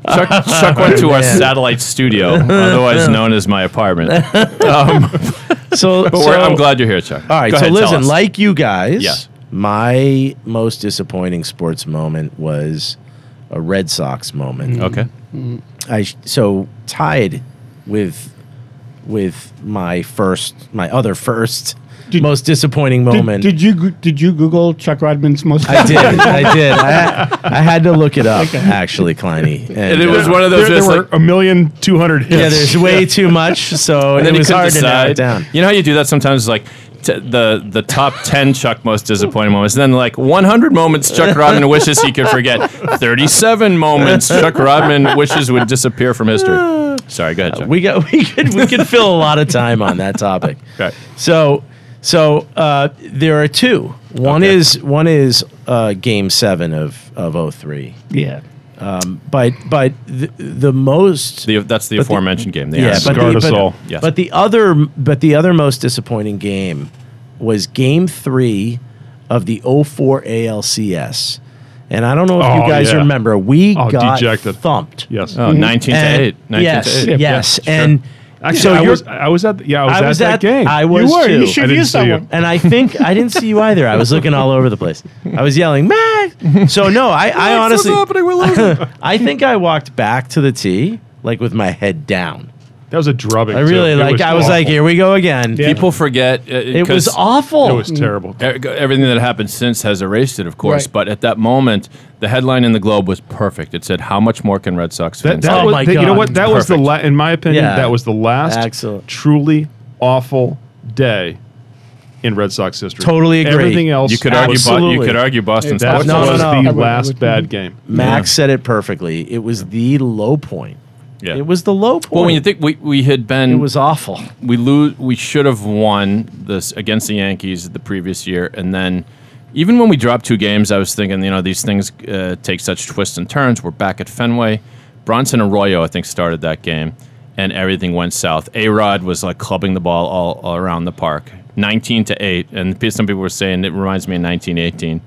B: Chuck, Chuck went
E: <laughs> Oh,
B: to our satellite studio, otherwise known as my apartment. Um,
E: <laughs> So,
B: but
E: so
B: we're, I'm glad you're here, Chuck.
E: All right,
B: Go
E: so
B: ahead, tell
E: listen,
B: us.
E: like you guys,
B: Yeah.
E: my most disappointing sports moment was a Red Sox moment.
B: Mm. okay,
E: I sh- so tied with with my first my other first
C: Did-
E: most disappointing
C: did,
E: moment.
C: did you goo- did you Google Chuck Rodman's most?
E: I did. I did. I, I had to look it up actually, Kleiny.
B: and it was one of those.
D: there there
B: just
D: were
B: like,
D: a million two hundred hits.
E: Yeah, there's way too much,
B: <laughs>
E: so
B: and
E: it
B: then
E: was
B: you couldn't
E: hard to narrow
B: decide.
E: it down.
B: You know how you do that sometimes? It's like t- the the top ten Chuck most disappointing moments, and then like 100 moments Chuck Rodman wishes he could forget. 37 moments Chuck Rodman wishes would disappear from history. Sorry, go ahead, Chuck.
E: We got <laughs> we could we could fill a lot of time on that
D: <laughs>
E: topic.
B: Right.
E: So so uh, there are two. One
B: Okay.
E: is one is uh, game seven of of 03.
C: Yeah.
E: But but the, the most
B: The- that's the aforementioned game. The
E: yeah,
B: Astros.
E: but
D: Scarred
E: the,
D: us
E: but,
D: all.
B: Yes.
E: but the other but the other most disappointing game was game three of the 04 ALCS. And I don't know if
D: Oh,
E: you guys
D: yeah.
E: remember, we
D: Oh,
E: got
D: dejected.
E: thumped.
D: Yes.
B: Oh, 19 to
E: Mm-hmm. And-
B: 8. 19 to
E: yes,
B: 8.
E: yes.
D: yeah, sure.
E: And
D: Actually,
E: so
D: I
E: you're-
D: was I was at yeah I was,
E: I was
D: at,
E: at-
D: that game.
E: I was You were, you too. should
D: I didn't
C: use
D: see
C: that
D: you.
C: one.
E: and I think I didn't see you either. I was looking all over the place. I was yelling, Max. So no, I, I honestly, <laughs> I think I walked back to the tee like with my head down.
D: That was a drubbing.
E: I
D: too.
E: really
D: It
E: like. I was like,
D: awful.
E: here we go again.
B: People forget. Uh,
E: It was awful.
D: It was terrible.
B: e- Everything that happened since has erased it, of course.
C: Right.
B: But at that moment, the headline in the Globe was perfect. It said, "How much more can Red Sox
D: That,
B: fans?"
D: that
E: Oh
D: was,
E: my
D: that- You know
E: God.
D: what? That was the la- in my opinion.
E: Yeah.
D: That was the last
E: Excellent.
D: truly awful day in Red Sox history.
E: Totally agree.
D: Everything else
B: you could argue.
D: was-
B: Bo- you
E: Absolutely.
B: could argue Boston
D: that
B: sports.
D: was
E: No, no, no.
D: the
C: I would-
D: last
C: I would-
D: bad game.
E: Max said it perfectly. It was the low point.
B: Yeah.
E: It was the low point.
B: Well, when you think we, we had been,
E: it was awful.
B: we lose. We should have won this against the Yankees the previous year, and then even when we dropped two games, I was thinking, you know, these things uh, take such twists and turns. We're back at Fenway. Bronson Arroyo, I think, started that game, and everything went south. A Rod was like clubbing the ball all, all around the park. 19 to 8 and pe- some people were saying it reminds me of 1918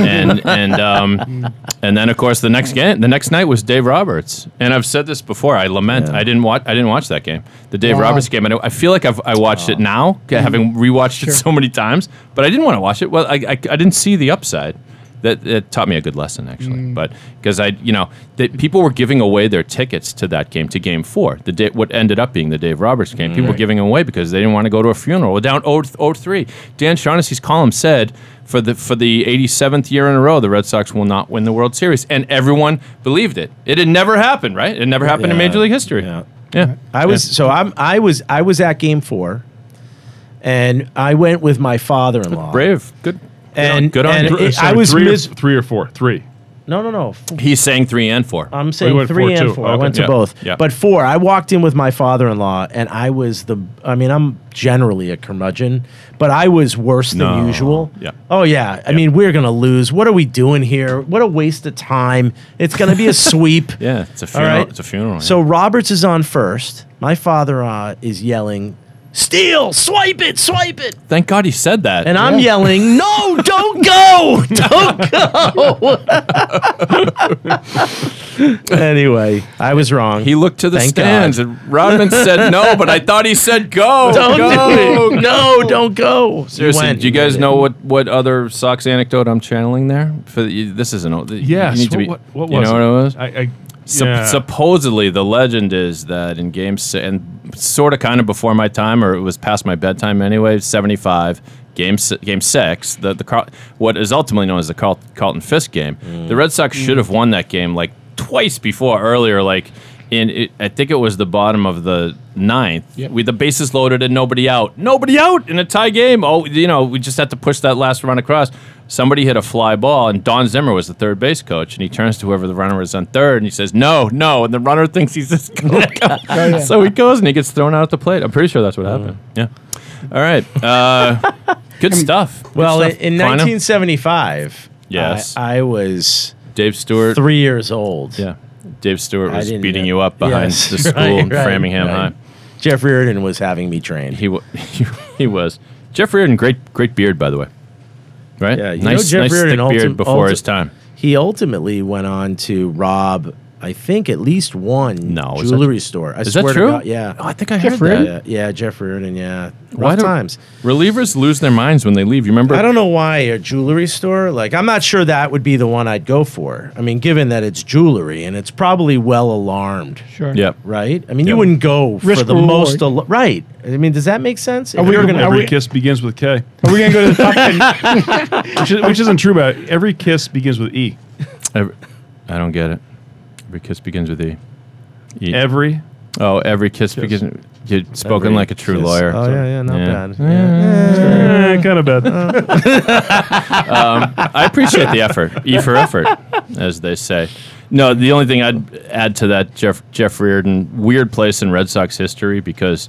B: and and um and then of course the next game the next night was Dave Roberts and I've said this before I lament I didn't watch I didn't watch that game the Dave
C: Wow.
B: Roberts game I, don't- I feel like I've I watched
E: Oh.
B: it now g-
E: Mm-hmm.
B: having rewatched it so many times but I didn't want to watch it well I, I, I didn't see the upside that, that taught me a good lesson actually
E: Mm.
B: but because I you know that people were giving away their tickets to that game to game 4 the day, what ended up being the Dave Roberts game
E: Mm.
B: people were giving them away because they didn't want to go to a funeral We're down 0 0-3 Dan Shaughnessy's column said for the for the 87th year in a row the Red Sox will not win the World Series and everyone believed it it had never happened right it never happened in
E: Yeah.
B: major league history
E: Yeah.
B: yeah
E: I was so I'm I was I was at game four, and I went with my father-in-law.
B: brave good
E: And-
B: oh, good on
E: and
B: you.
E: it-
D: Sorry,
E: I was
D: three,
E: mis-
D: or, three or four, three.
E: No, no, no. F-
B: he's saying 3 and 4
F: Uh,
E: I'm saying
D: went
E: three
D: four,
E: and
D: too.
E: four. I
D: Okay.
E: went to
B: Yeah.
E: both,
B: Yeah.
E: but four. I walked in with my father-in-law, and I was the. I mean, I'm generally a curmudgeon, but I was worse than
B: No.
E: usual.
B: Yeah.
E: Oh yeah. I mean, we're gonna lose. What are we doing here? What a waste of time. It's
B: <laughs>
E: gonna be a sweep.
B: yeah it's a
E: All
B: funeral
E: right.
B: it's a funeral yeah.
E: So Roberts is on first. My father-in-law is yelling, "Steal! Swipe it! Swipe it!"
B: thank god he said that
E: And I'm yelling, no,
F: <laughs>
E: don't go, don't go. anyway, I was wrong.
B: He looked to the
E: Thank
B: stands
E: God.
B: and Rodman said no, but I thought he said go.
E: <laughs> don't
B: go.
F: Oh,
E: do it. No, don't go.
B: Seriously,
E: He went.
B: do you
E: He
B: guys
E: did.
B: know what, what other Sox anecdote I'm channeling there? For the, you- this is an old.
D: Yes.
B: you need to
D: what,
B: be.
D: what, what
B: you
D: was
B: know
D: it?
B: what it was?
D: I, I,
B: Sup-
D: yeah.
B: Supposedly, the legend is that in game six, and sort of kind of before my time, or it was past my bedtime anyway, 75, game si- game six, the, the Carl, what is ultimately known as the Carl, Carlton Fisk game, the Red Sox should have won that game like twice before earlier, like. In it, I think it was the bottom of the ninth. We the bases loaded and nobody out, nobody out in a tie game. Oh, you know we just had to push that last run across somebody hit a fly ball, and Don Zimmer was the third base coach, and he turns to whoever the runner is on third, and he says, "No, no," and the runner thinks he's just going
E: <laughs> <laughs>
B: so he goes and he gets thrown out at the plate. I'm pretty sure that's what happened. Yeah. All right. Uh,
F: Good stuff. Good
E: Well, in,
F: stuff.
E: in
F: Final?
E: 1975,
F: Yes.
E: I, I was
F: Dave Stewart.
E: three years old.
F: Yeah. Dave Stewart
E: I
F: was
E: didn't
F: beating
E: know-
F: you up behind
E: Yes,
F: the school
E: <laughs> right,
F: in
E: right,
F: Framingham
E: right.
F: High.
E: Jeff Reardon was having me trained.
F: He, wa- <laughs> he, he was. Jeff Reardon, great great beard, by the way. Right?
E: Yeah, you know
F: nice
E: Jeff
F: nice
E: Reardon
F: thick beard
E: ultim-
F: before
E: ultim-
F: his time.
E: He ultimately went on to rob, I think, at least one
F: No, is that-
E: jewelry store. I
F: Is
E: swear
F: that true?
E: to God, yeah.
F: Oh, I think I
C: Jeff
F: heard
C: Reardon?
F: that.
E: yeah, yeah, Jeff Reardon, yeah.
F: Why
E: Rough
F: do-
E: times.
F: Relievers lose their minds when they leave. You remember?
E: I don't know why a jewelry store. Like, I'm not sure that would be the one I'd go for. I mean, given that it's jewelry and it's probably well alarmed,
C: <laughs> Sure.
F: Yep.
E: right? I mean,
F: Yeah.
E: you wouldn't go
C: Risk
E: for the
C: reward.
E: most, al- right? I mean, does that make sense? If
C: we
E: you're
C: gonna-
E: gonna-
C: are
D: Every
C: we-
D: kiss begins with K,
C: Are we gonna go to the top
D: <laughs>
C: ten?
D: which, is, which isn't true. But every kiss begins with E.
F: Every, I don't get it. Every kiss begins with E. E.
D: Every
F: oh, every kiss, begins. You're spoken
E: Every
F: like a true
E: kiss.
F: lawyer.
E: Oh yeah, yeah, not
F: Yeah.
E: bad. Yeah.
D: kind of Eh, bad.
F: I appreciate the effort. E for effort, as they say. No, the only thing I'd add to that, Jeff, Jeff Reardon, weird place in Red Sox history because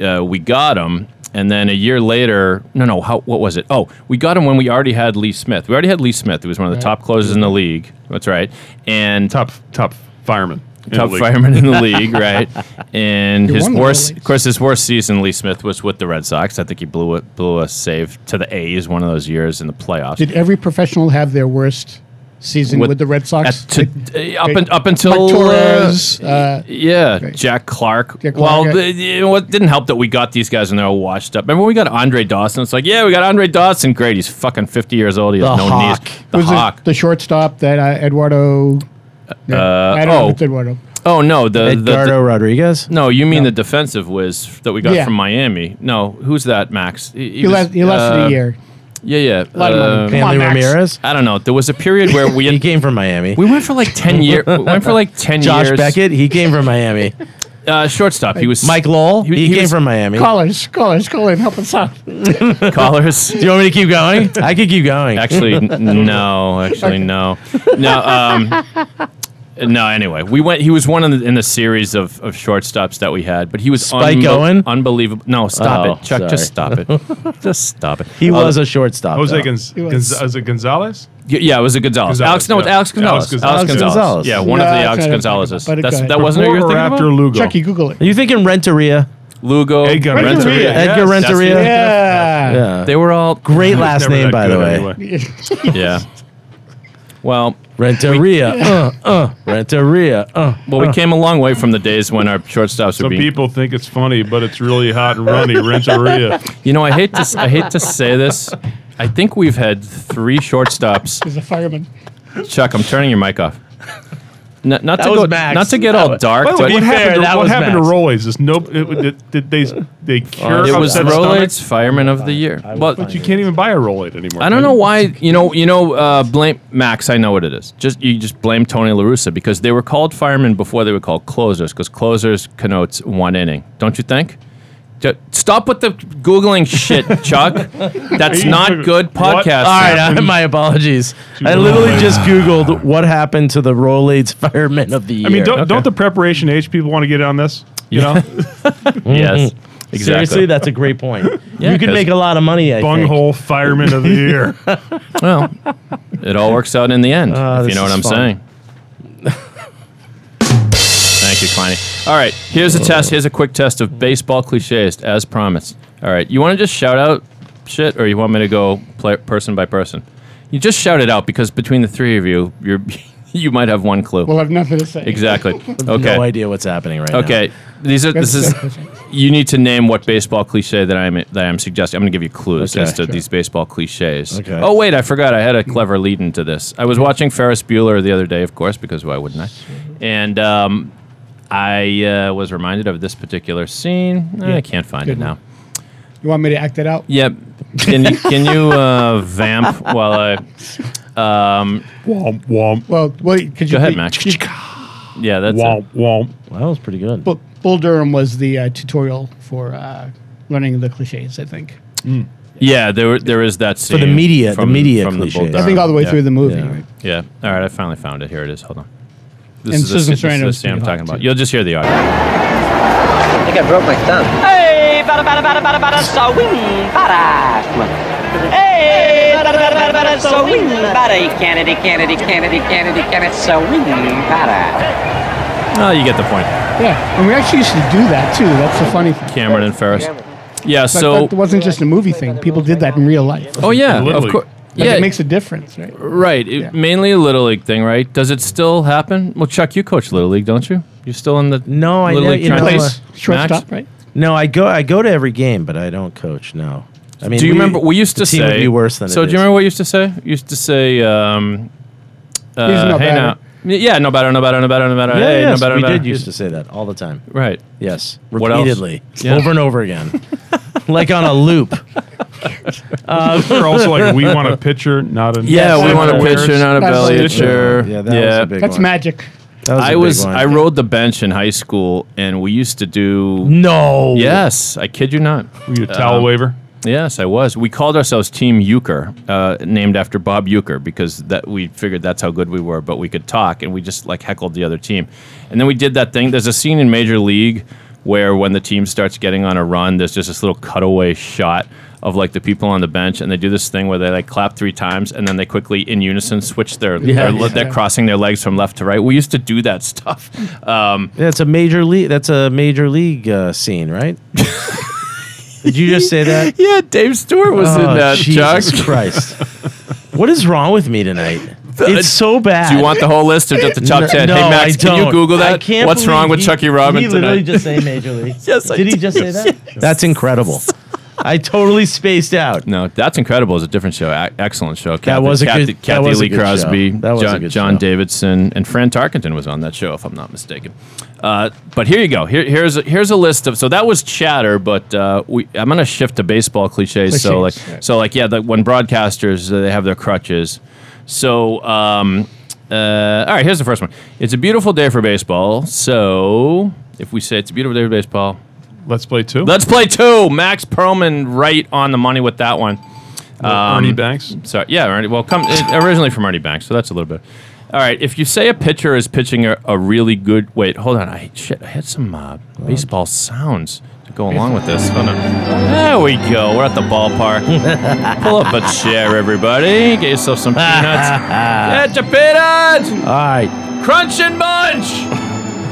F: uh, we got him, and then a year later, no, no, how, what was it? Oh, we got him when we already had Lee Smith. We already had Lee Smith, who was one of the top closers in the league. That's right. And
D: top top fireman. in the
F: top
D: league.
F: fireman in the league,
D: <laughs>
F: right? And his
C: won the
F: worst,
C: league.
F: of course, his worst season, Lee Smith was with the Red Sox. I think he blew it, blew a save to the A's one of those years in the playoffs.
C: Did every professional have their worst season with, the Red Sox?
F: At- to- uh,
C: Like-
F: up,
C: like
F: and, up until
C: Mike
F: uh,
C: Torres, uh,
F: yeah, Jack Clark.
C: Jack
F: well,
C: Clark,
F: the, you know what didn't help that we got these guys when they were all washed up. Remember when we got Andre Dawson? It's like, yeah, we got Andre Dawson. Great, he's fucking fifty years old. He has
E: The
F: no
E: Hawk.
F: knees. The
C: was it
F: hawk.
C: the shortstop that uh, Eduardo. Yeah, I don't know
F: oh.
C: if it's Eduardo.
F: oh no, the, the,
E: Edgardo
F: the-
E: Rodriguez.
F: no. You mean the defensive whiz that we got
C: Yeah.
F: from Miami? No, who's that, Max? He, he
C: He,
F: was,
C: last, he lasted
F: uh,
C: a year.
F: Yeah, yeah.
C: lot of money.
F: um,
C: Come
E: Manly
C: on, Max.
E: Ramirez.
F: I don't know. There was a period
E: <laughs>
F: where we
E: He came from Miami.
F: <laughs> we went for like ten years. We went for like ten
E: Josh
F: years.
E: Beckett. He came from Miami.
F: uh, shortstop. He was
E: Mike Lowell. He,
F: He- he
E: came
F: was-
E: from Miami.
C: Callers, callers, call in, help us out.
F: collars.
E: Do you want me to keep going? I could keep going.
F: Actually, n- no. Actually, no. No. Um, no. Anyway, we went. He was one in the, in the series of, of shortstops that we had, but he was
E: Spike Owen?
F: Unbelievable. No, stop
E: Oh,
F: it, Chuck. Just stop it.
E: <laughs>
F: just stop it.
E: he
F: Uh,
E: was a shortstop.
D: Jose
E: though.
D: Gonz-
C: He was.
D: Gonz- is it Gonzalez?
F: y- yeah, it was a Gonzalez.
D: Gonzalez,
F: Alex. No, it's
D: yeah.
F: Alex Gonzalez. <laughs>
D: Alex
F: Gonzalez.
E: Gonzalez. Gonzalez.
F: Yeah, one
C: No,
F: of the
C: that's
F: Alex
C: not what I'm
F: Gonzalezes.
C: talking about, but
F: That's,
C: go
F: that
C: ahead.
F: wasn't who
D: Before
F: you were
D: or
F: thinking
D: after
F: about?
D: Lugo?
C: Chucky, Google it.
E: Are you thinking Renteria?
F: Lugo,
D: Edgar
F: Renteria.
D: Renteria,
F: Yeah,
E: Edgar
F: that's who-
E: Renteria.
C: Yeah.
E: Yeah.
F: They were all
E: Great last
D: Never
E: name,
D: that
E: by
D: good
E: the way.
D: anyway.
F: yeah. Well,
E: <laughs> Renteria. uh, uh, Renteria. Uh.
F: well, we came a long way from the days when our shortstops were
D: Some
F: being
D: people think it's funny, but it's really hot and runny. Renteria.
F: You know, I hate to s- I hate to say this. I think we've had three shortstops.
C: <laughs> He's a fireman.
F: Chuck, I'm turning your mic off. Not, not to
E: was
F: go,
E: Max.
F: not to get
E: That
F: all
E: was-
F: dark,
E: By the
F: but
E: way,
D: what
E: fair,
D: happened, to,
E: that
D: what
E: was
D: happened
E: Max.
D: to Roy's? Is no, it, did, did they they cure
F: it was
D: upset stomach?
F: Rolade's fireman of the year. But
D: But you can't even buy a Rolade anymore.
F: I don't
D: can
F: know
D: you?
F: why. You know, you know, uh, blame Max. I know what it is. Just you just blame Tony La Russa because they were called firemen before they were called closers because closers connotes one inning. Don't you think? Ju- Stop with the googling shit,
E: <laughs>
F: Chuck. That's not good
D: What?
F: podcasting.
E: All right, I, my apologies. I literally just Googled what happened to the Rolaids Fireman of the Year.
D: I mean, don't, don't the preparation age people want to get in on this? You know,
F: yes, exactly.
E: Seriously, that's a great point.
F: Yeah,
E: <laughs> you could
F: 'cause-
E: make a lot of money, I think.
D: bunghole
B: <laughs>
D: fireman of the year.
F: Well, it all works out in the end, if you
E: Ah, this
F: know what
E: is
F: I'm
E: fun.
F: saying. Thank you, Kleiny. All right, here's a test. Here's a quick test of baseball cliches, as promised. All right, you want to just shout out shit, or you want me to go play person by person? You just shout it out because between the three of you, you're <laughs> you might have one clue.
C: We'll have nothing to say.
F: exactly. Okay.
E: No idea what's happening right now.
F: Okay. These are this is you need to name what baseball cliche that I'm that I'm suggesting. I'm going to give you clues
E: Okay.
F: as to these baseball cliches.
E: Okay.
F: Oh wait, I forgot. I had a clever lead into this. I was watching Ferris Bueller the other day, of course, because why wouldn't I? And um, I uh, was reminded of this particular scene. I can't find it
C: Good one.
F: now.
C: <laughs> You want me to act it out?
F: Yep. Can you can you uh, vamp while
E: <laughs>
F: I?
D: womp womp
C: Well, wait, could you
F: Go ahead,
E: <laughs>
C: please-
F: Max. Yeah, that's it.
D: womp womp.
E: Well, that was pretty good.
C: Bu- Bull Durham was the uh, tutorial for uh, learning the cliches, I think.
F: Yeah, there there is that scene
E: the media- the media
F: Bull
E: cliches. I
C: I think all the way
B: Oh,
F: Durham. Yeah.
C: through the movie.
E: Yeah.
C: right?
F: Yeah. All right, I finally found it. Here it is. Hold on. This
C: And
F: is the
C: Susan
F: s- this is
C: Sarandon
F: the
C: was
F: scene I'm
C: pretty hot,
F: talking about.
C: too.
F: You'll just hear the audio.
G: I think I broke my thumb.
H: Hey, bada bada bada bada bada, swing bada. Come on.
I: Hey, bada, bada, bada, bada, so wing, bada, Kennedy, Kennedy, Kennedy, Kennedy, Kennedy, so wing, bada.
B: Oh, you get the point.
C: Yeah, and we actually used to do that too. That's the funny thing.
B: Cameron and Ferris. Yeah,
C: But
B: so.
C: that wasn't just a movie thing. People did that in real life.
B: Oh, yeah, of
D: Literally.
B: course.
C: Like,
B: Yeah, Uh,
C: it makes a difference, right?
B: right. It-
C: yeah.
B: Mainly a Little League thing, right? Does it still happen? Well, Chuck, you coach Little League, don't you? You're still in the
E: No, I
B: Little
E: know-
B: League
E: you know,
B: tryouts?
E: uh,
B: Max?
C: Shortstop, right?
E: No, I go. I go to every game, but I don't coach. No. I mean,
B: do you
E: we-
B: remember we used
E: the
B: to
E: team
B: say
E: would be worse than.
B: so
E: it
B: do you
E: is.
B: remember what we used to say We used to say um uh,
C: He's no
B: hey
C: better.
B: now Y- yeah no better no better no better no better
E: Yeah,
B: hey,
E: yes,
B: no better
E: we
B: no better
E: did used to say that all the time.
B: right
E: Yes,
B: What else?
E: repeatedly,
B: Yeah.
E: over and over
B: <laughs>
E: again, like on a loop.
D: They're also like, we want a pitcher, not a
B: <laughs> yeah we
C: Yes.
B: want a
C: Where's-
B: pitcher not a
C: That's
B: belly
C: it.
B: itcher
E: Yeah, that was a big
C: That's
E: one.
C: magic.
E: That was
B: I
E: a big
B: was
E: one.
B: I rode the bench in high school and we used to do
E: no.
B: yes I kid you not
D: Were you a towel
B: Um,
D: waver?
B: yes I was we called ourselves Team Euchre uh, named after Bob Euchre because that we figured that's how good we were but we could talk and we just like heckled the other team and then we did that thing there's a scene in Major League where when the team starts getting on a run there's just this little cutaway shot of like the people on the bench and they do this thing where they like clap three times and then they quickly in unison switch their, their
E: <laughs> Yeah.
B: they're crossing their legs from left to right we used to do that <laughs> stuff um,
E: That's a major league. That's a major league uh, scene,
B: <laughs>
E: right? Did you just say that?
B: Yeah, Dave Stewart was in
E: Oh,
B: that,
E: Jesus
B: Chuck.
E: Christ! What is wrong with me tonight? It's so bad.
B: uh, Do you want the whole list or
E: <laughs>
B: just the top
E: No,
B: ten? hey,
E: no,
B: Max,
E: I
B: can you
E: don't.
B: Google
E: I
B: that?
E: can't
B: What's wrong
E: believe
B: with
E: he-
B: Chucky Robin
E: He literally
B: tonight?
E: just say major league.
B: <laughs> Yes, I
E: did. he just say that? That's incredible.
B: <laughs>
E: I totally spaced out.
B: No, that's incredible. It's a different show. A- excellent show. Kathy,
E: was a
B: Kathy,
E: good- that
B: Kathy
E: was a
B: Lee
E: good show.
B: Crosby,
E: That was a
B: John,
E: good
B: John
E: show.
B: Davidson, and Fran Tarkenton was on that show, if I'm not mistaken. Uh, but here you go. Here, here's a, here's a list of. So that was chatter, but uh, we I'm gonna shift to baseball cliches. So like
C: Cliches, right.
B: so like yeah, the, when broadcasters uh, they have their crutches. So um, uh, all right, here's the first one. It's a beautiful day for baseball. So if we say it's a beautiful day for baseball,
D: Let's play two.
B: let's play two. Max Perlman right on the money with that one.
D: Ernie Banks.
B: Sorry. Yeah, Ernie. Well, come it, originally from Ernie Banks, so that's a little bit. All right. If you say a pitcher is pitching a, a really good, wait, hold on. I shit. I had some uh, baseball sounds to go along with this. Hold on. There we go. We're at the ballpark. <laughs> Pull up a chair, everybody. Get yourself some
E: <laughs>
B: peanuts. Get your peanuts.
E: All right,
B: Crunch and munch.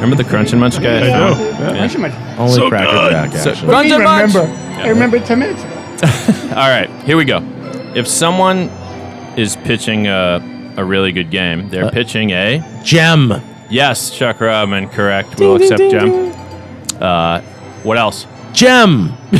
B: Remember the crunch and munch guy?
D: I
B: Yeah.
D: do. Yeah.
C: Actually, my-
E: only Cracker Jack.
B: So-
E: Actually,
C: I
B: crunch and munch.
C: remember. I remember ten minutes.
B: All right, here we go. If someone is pitching a, a really good game, they're
E: Uh.
B: pitching a
E: Gem.
B: yes, Chuck Robin, correct. We'll accept Jim. Uh, what else?
E: Gem.
B: <laughs>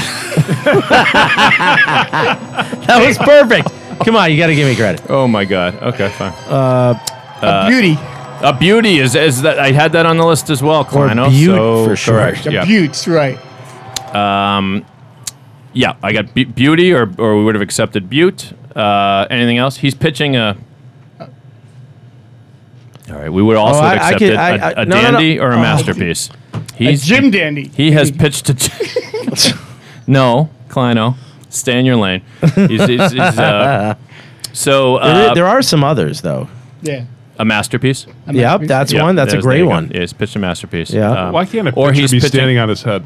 E: that was perfect. Come on, you got to give me credit.
B: Oh my God. Okay, fine. Uh,
C: a beauty,
B: A beauty is is that I had that on the list as well. Kleino,
E: beaut
B: so
E: for sure.
B: correct,
C: a
B: Yeah.
C: beauts, right?
B: Yeah, I got be- beauty, or or we would have accepted Butte. Uh, anything else? He's pitching a. All right, we would also
E: Oh,
B: have
E: I- I
B: accepted
E: could- I-
B: a-
E: I-
B: a
E: no, no, no.
B: dandy or a
E: Oh.
B: masterpiece.
C: A
B: He's
C: gym dandy.
B: He
E: <laughs>
B: has pitched to. <laughs> no, Kleino, stay in your lane. He's, he's, he's,
E: <laughs>
B: uh, so
E: There,
B: uh,
E: there are some others though.
C: yeah.
B: a masterpiece.
C: A
E: Yep,
C: masterpiece.
E: that's
B: Yeah,
E: one. That's a
B: there's- there you
E: great
B: go.
E: one.
B: Yeah, he's pitched a masterpiece. Um,
E: Yeah.
D: Why can't a pitcher
B: or he's
D: be
B: pitching-
D: standing on his head?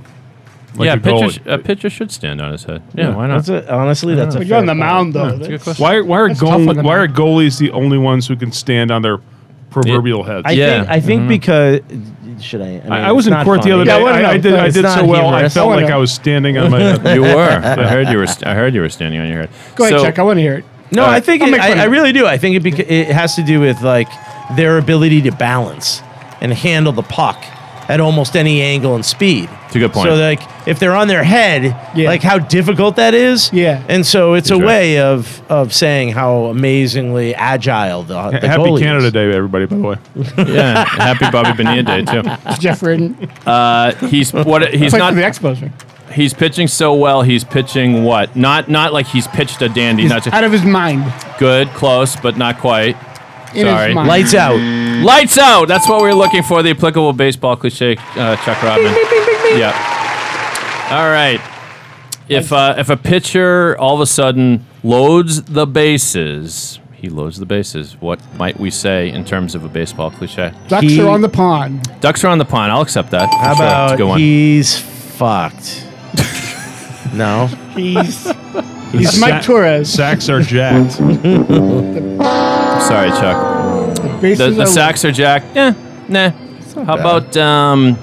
D: Like
B: yeah, uh,
D: a
B: a pitcher,
D: goalie.
B: a pitcher should stand on his head. Yeah, why not?
E: <laughs> That's a, honestly, that's a.
C: But you're on
E: fair
C: the
E: point.
C: mound though.
B: That's a good question.
D: Why are, why are,
C: tough
D: goal,
C: on them.
D: why are goalies the only ones who can stand on their proverbial heads?
E: I
B: Yeah.
E: think I think because should I? I, mean,
D: mm-hmm. I, I was
E: it's
D: in
E: not
D: court the
E: funny.
D: other day.
C: Yeah, I wanna
D: I, I
C: know.
D: did, I
E: It's
D: did
E: not
D: so well.
E: humorous.
D: I
C: I
D: felt
C: wanna
D: like
C: know.
D: I was standing on my
E: <laughs>
D: head.
B: You were. I heard you were. St- I heard you were standing on your head.
C: Go ahead,
B: So-
C: check. I want to hear it.
E: No, I think
C: I'll
E: it,
C: make fun of
E: I, I
C: you.
E: really do. I think it beca- it has to do with like their ability to balance and handle the puck at almost any angle and speed.
B: It's a good point.
E: So like if they're on their head,
C: Yeah.
E: like how difficult that is.
C: Yeah.
E: And so it's a
B: He's right.
E: way of of saying how amazingly agile the, the
D: <laughs>
E: goalie
D: Happy
E: is.
D: Canada Day, everybody, by the way.
B: Yeah, happy Bobby Bonilla Day
E: <laughs>
B: too. Uh,
C: Jeff Redden
B: He's what? He's
C: played for the
B: not.
C: Expos. Right?
B: He's pitching so well. He's pitching what? Not not like he's pitched a dandy.
C: He's
B: not just,
C: out of his mind.
B: good, close, but not quite.
C: In
B: Sorry.
C: his mind.
E: Lights out.
B: Lights out. That's what we are looking for. The applicable baseball cliche, uh, Chuck Rodman. Yeah. All right. If uh, if a pitcher all of a sudden loads the bases, he loads the bases. What might we say in terms of a baseball cliche?
C: Ducks
E: He-
C: are on the pond.
B: Ducks are on the pond. I'll accept that.
E: How
B: Sure, that's a
E: about <laughs>
B: good one.
C: <laughs>
E: he's fucked? no.
C: He's He's Mike Torres.
D: Sacks are
C: <laughs>
D: jacked.
F: Sorry, Chuck. The,
C: Bases
F: the
C: are-
F: sacks are jacked. Eh, nah. How
D: bad.
F: about um,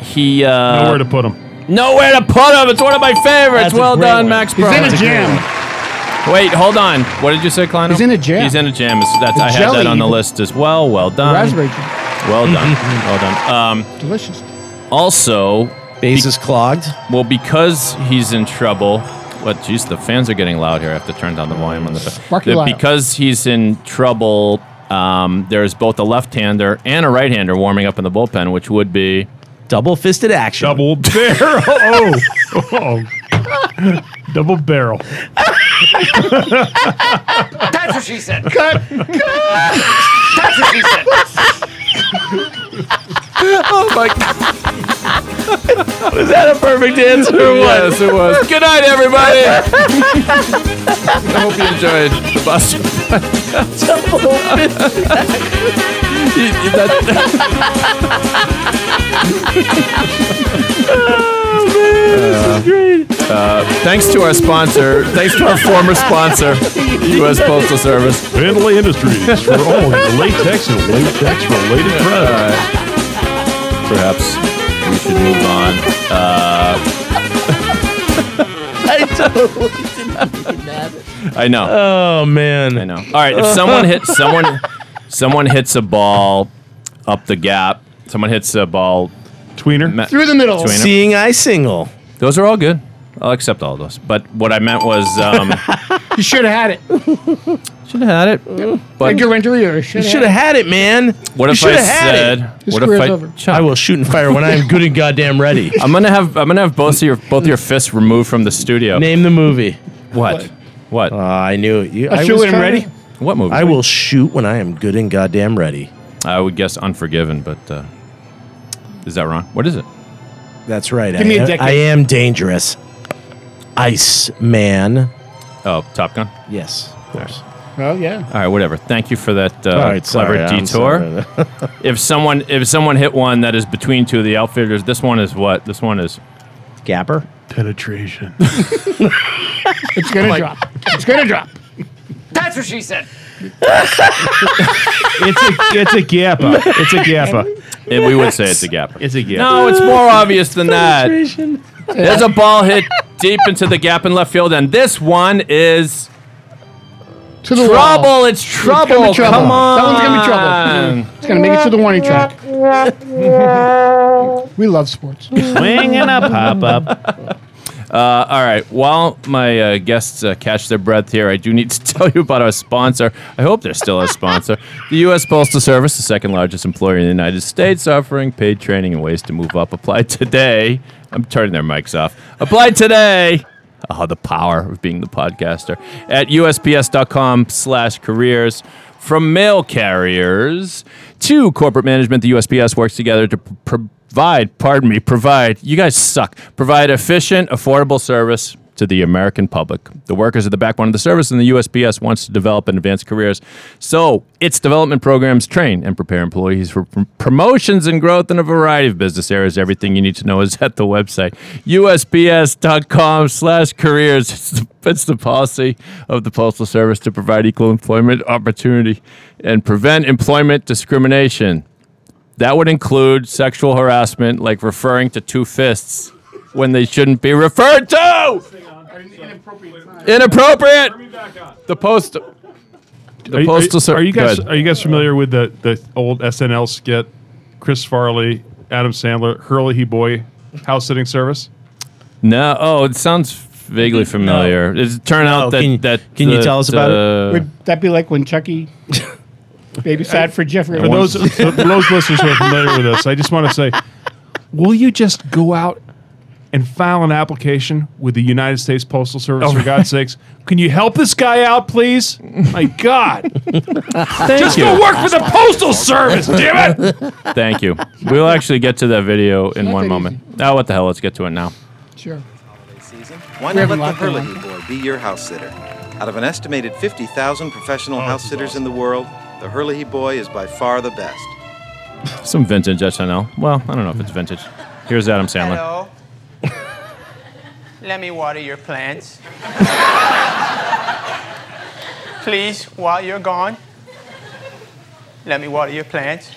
F: he uh,
D: Nowhere to put them.
F: nowhere to put him? It's one of my favorites.
E: That's a
F: well
E: great
F: done,
E: one.
F: Max.
C: He's
F: Bro.
C: in a jam.
F: Wait, hold on. What did you say, Klein?
C: He's in a jam.
F: He's in a jam. It's- That's,
C: A
F: I had that
C: jelly.
F: on the list as well. Well done.
C: Raspberry jam.
F: Well
C: <laughs>
F: done. well done. Um,
C: Delicious.
F: also,
E: Base is clogged.
F: well, because he's in trouble. What? Jeez, the fans are getting loud here. I have to turn down the volume on the.
C: Mark
F: the
C: Lyle.
F: because he's in trouble. Um, there's both a left-hander and a right-hander warming up in the bullpen, which would be
E: Double fisted action.
D: Double
C: <laughs>
D: barrel. Oh. oh. Double barrel.
E: Is that a perfect answer? or what?
F: Yes, it was. Good night, everybody. <laughs> I hope you enjoyed the Boston. You- you- that- <laughs> Uh, thanks to our sponsor, thanks to our former sponsor, U.S. Postal Service.
D: Vandalay Industries for all your latex and latex related products.
F: Perhaps we should move on. Uh, <laughs>
E: I totally did not mean that.
F: <laughs> I know.
E: Oh man.
F: I know. All right, if someone hits someone, someone hits a ball up the gap. Someone hits a
E: <laughs>
F: ball.
D: Tweener.
F: ma-
C: Through the
E: Oh,
C: middle.
F: Between-
E: Seeing I single.
F: Those are all good. I'll accept all those. But what I meant was, um,
C: You should have
F: <laughs>
C: had it.
F: should have had it. But
C: Figuratively, or should
E: You should have
C: have.
E: had it, man.
F: what if
E: you
F: I
E: shoulda had
F: said?
C: His
F: What if
C: career's
F: I?
C: over.
F: Chuck,
E: I will shoot and fire when I am good and goddamn <laughs> ready.
F: I'm gonna have I'm gonna have both of your both your fists removed from the studio.
E: Name the movie.
F: What? What?
E: Uh, I knew it. You,
C: I
E: I
C: shoot
E: was
C: and fire.
E: ready.
F: what movie?
E: I will shoot when I am good and goddamn ready.
F: I would guess Unforgiven, but uh, is that wrong? What is it?
E: That's right.
C: Give
E: I,
C: me a
E: am,
C: decade.
E: I am dangerous. Ice man.
F: Oh, Top Gun.
E: Yes, of course.
C: Oh, yeah.
F: All right, whatever. Thank you for that uh,
E: All right,
F: clever
E: sorry, I'm
F: detour.
E: sorry.
F: if someone if someone hit one that is between two of the outfielders, this one is what? This one is
E: Gapper.
D: Penetration.
C: It's going to drop. It's going to drop.
D: it's a it's a gappa. It's a gappa.
F: eh, we would say it's a
D: <laughs>
F: gapper.
D: It's a gappa.
F: no, it's more obvious than that. There's a ball hit deep into the gap in left field, and this one is
C: To the
F: trouble.
C: wall.
F: It's
C: It's
F: trouble.
C: gonna be trouble.
F: Come on.
C: Someone's gonna be trouble. It's gonna make it to the warning track. we love sports.
D: Swing and a pop up.
F: <laughs> Uh, all right. While my uh, guests uh, catch their breath here, I do need to <laughs> tell you about our sponsor. I hope they're still a <laughs> sponsor. the U.S. Postal Service, the second largest employer in the United States, offering paid training and ways to move up. Apply today. I'm turning their mics off. Apply today. Oh, the power of being the podcaster at usps.com slash careers. From mail carriers to corporate management, the USPS works together to pr- provide, pardon me, provide, you guys suck, provide efficient, affordable service to the American public. The workers are the backbone of the service, and the USPS wants to develop and advance careers. So its development programs train and prepare employees for pr- promotions and growth in a variety of business areas. Everything you need to know is at the website, usps.com slash careers. It's the, it's the policy of the Postal Service to provide equal employment opportunity and prevent employment discrimination. That would include sexual harassment, like referring to two fists when they shouldn't be referred to. Inappropriate. The post.
D: The are,
F: Postal Ser-
D: are, you guys
F: Good.
D: are you guys familiar with the the old SNL skit? Chris Farley, Adam Sandler, Hurley He Boy, house sitting service.
F: No. Oh, it sounds vaguely familiar. It's It turned out
E: No,
F: that
E: can you-
F: that
E: can you
F: that,
E: tell us about it?
F: uh,
C: Would that be like when Chucky babysat for Jeffrey?
D: For those for those listeners who are familiar with this, I just want to say, will you just go out and file an application with the United States Postal Service for God's sakes? Can you help this guy out, please? My God, just go work for the Postal Service, damn it!
F: Thank you. We'll actually get to that video in one
C: that
F: moment.
B: Ah,
F: Oh, what the hell? Let's get to it now.
C: sure.
J: season? Why
C: We
J: not
C: haven't
J: let the
C: locked in
J: Hurley Board be your house sitter? Out of an estimated 50,000 professional
A: Oh,
J: house sitters in the world, the Hurley Boy is by far the best.
F: Some
H: <laughs>
F: vintage SNL. Well, I don't know if it's vintage. Here's Adam Sandler.
J: Hello.
H: Let me water your plants. Please, while you're gone, let me water your plants.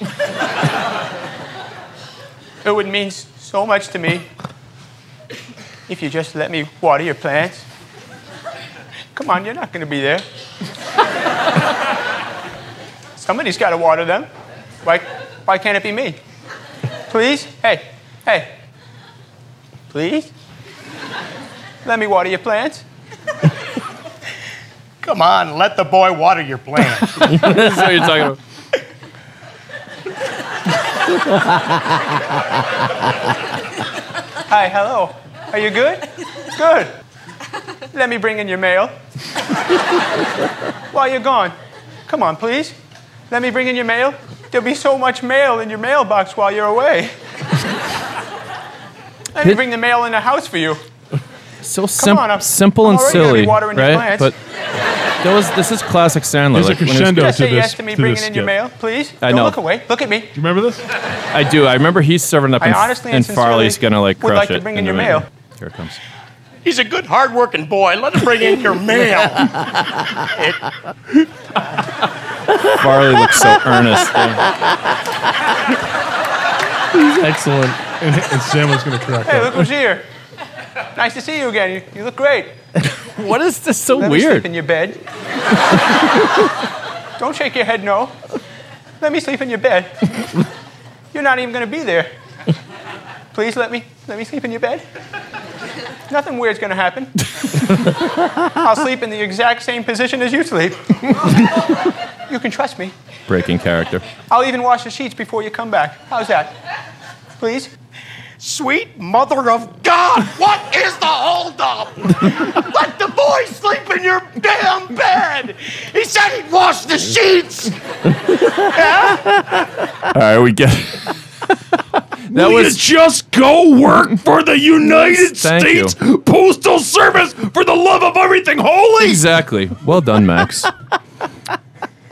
H: it would mean s- so much to me if you just let me water your plants. Come on, you're not going to be there. Somebody's got to water them. Why, why can't it be me? Please? Hey, hey. Please? Let me water your plants.
K: Come on, let the boy water your plants.
B: That's what you're talking about.
H: Hi, hello. Are you good? Good. Let me bring in your mail. While you're gone, come on, please. Let me bring in your mail. There'll be so much mail in your mailbox while you're away. Let me bring the mail in the house for you.
B: <laughs> So sim-
H: on, I'm-
B: simple
H: I'm
B: and
H: already gonna be
B: silly,
H: watering your
B: right?
H: plants.
B: But that was this is classic Sandler.
D: There's a
B: like, when it's-
D: crescendo.
H: Just
D: to
H: say yes
D: this-
H: to me
D: to
H: bringing in
D: this
H: your
D: skit.
H: mail, please.
B: I
H: Don't
B: know.
H: look away. Look at me.
D: you remember this?
B: I do. I remember he's serving up,
H: I
B: and,
H: honestly
B: and
H: and
B: Farley's
H: sincerely
B: gonna like
H: would
B: crush
H: like to
B: it.
H: bring in
B: the
H: your
B: minute.
H: mail.
B: Here it comes.
K: He's a good, hard-working boy. Let him bring in
J: <laughs>
K: your mail.
B: Farley looks
H: <laughs>
B: so earnest.
C: Excellent.
D: And, and Sam was going to correct
H: Hey,
D: that.
H: look who's here. Nice to see you again. You, you look great.
B: what is this? So
H: Let me sleep
B: weird.
H: in your bed. <laughs> Don't shake your head no. Let me sleep in your bed. You're not even gonna be there. Please let me let me sleep in your bed. Nothing weird's gonna happen. I'll sleep in the exact same position as you sleep. you can trust me.
B: Breaking character.
H: I'll even wash the sheets before you come back. How's that? Please?
K: Sweet mother of God, what is the holdup? let the boy sleep in your damn bed. He said he'd wash the sheets.
B: All right, we
D: <laughs>
B: get. that was
D: just go work for the United
B: Thank you.
D: Postal Service for the love of everything holy.
B: Exactly. Well done, Max.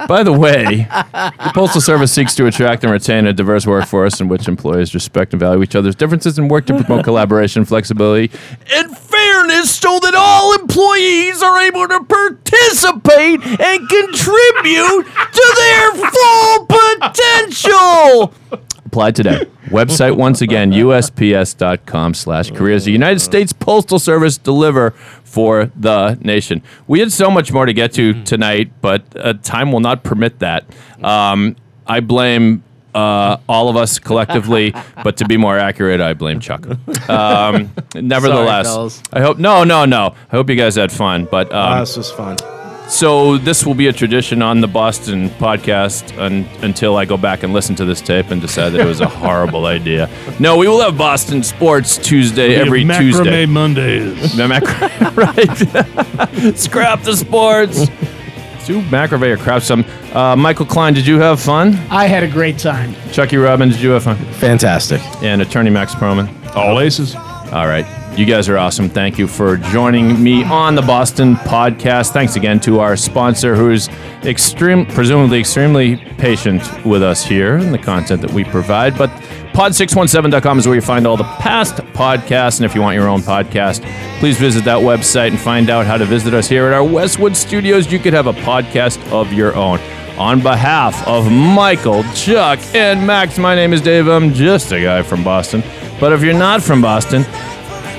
B: By the way, the Postal Service seeks to attract and retain a diverse workforce in which employees respect and value each other's differences and work to
D: <laughs>
B: promote collaboration, flexibility, and fairness so that all employees are able to participate and contribute to their full potential. Apply today. Website once again, USPS.com slash careers. The United States Postal Service deliver for the nation. We had so much more to get to tonight, but uh, time will not permit that. Um, I blame uh, all of us collectively, but to be more accurate, I blame Chuck. Um, nevertheless,
E: fellas.
B: I hope, no, no, no. I hope you guys had fun, but um,
E: Oh,
D: Uh,
E: this was fun.
B: so this will be a tradition on the Boston podcast un- until I go back and listen to this tape and decide that it was a horrible idea. No, we will have Boston sports Tuesday every
D: Macrame
B: Tuesday. <laughs>
D: Mondays.
B: No, mac- right? <laughs> Scrap the sports. Do macrame or crap some. Uh, Michael Klein, did you have fun?
C: I had a great time.
B: Chucky Robin, did you have fun?
E: Fantastic.
B: And attorney Max Perlman.
D: All aces.
B: All right. You guys are awesome. Thank you for joining me on the Boston podcast. Thanks again to our sponsor, who's extreme, presumably extremely patient with us here and the content that we provide. But pod617.com is where you find all the past podcasts. And if you want your own podcast, please visit that website and find out how to visit us here at our Westwood studios. You could have a podcast of your own. On behalf of Michael, Chuck, and Max, my name is Dave. I'm just a guy from Boston. But if you're not from Boston,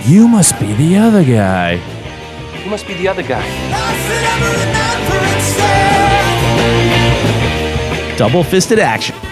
B: you must be the other guy.
E: Double fisted action.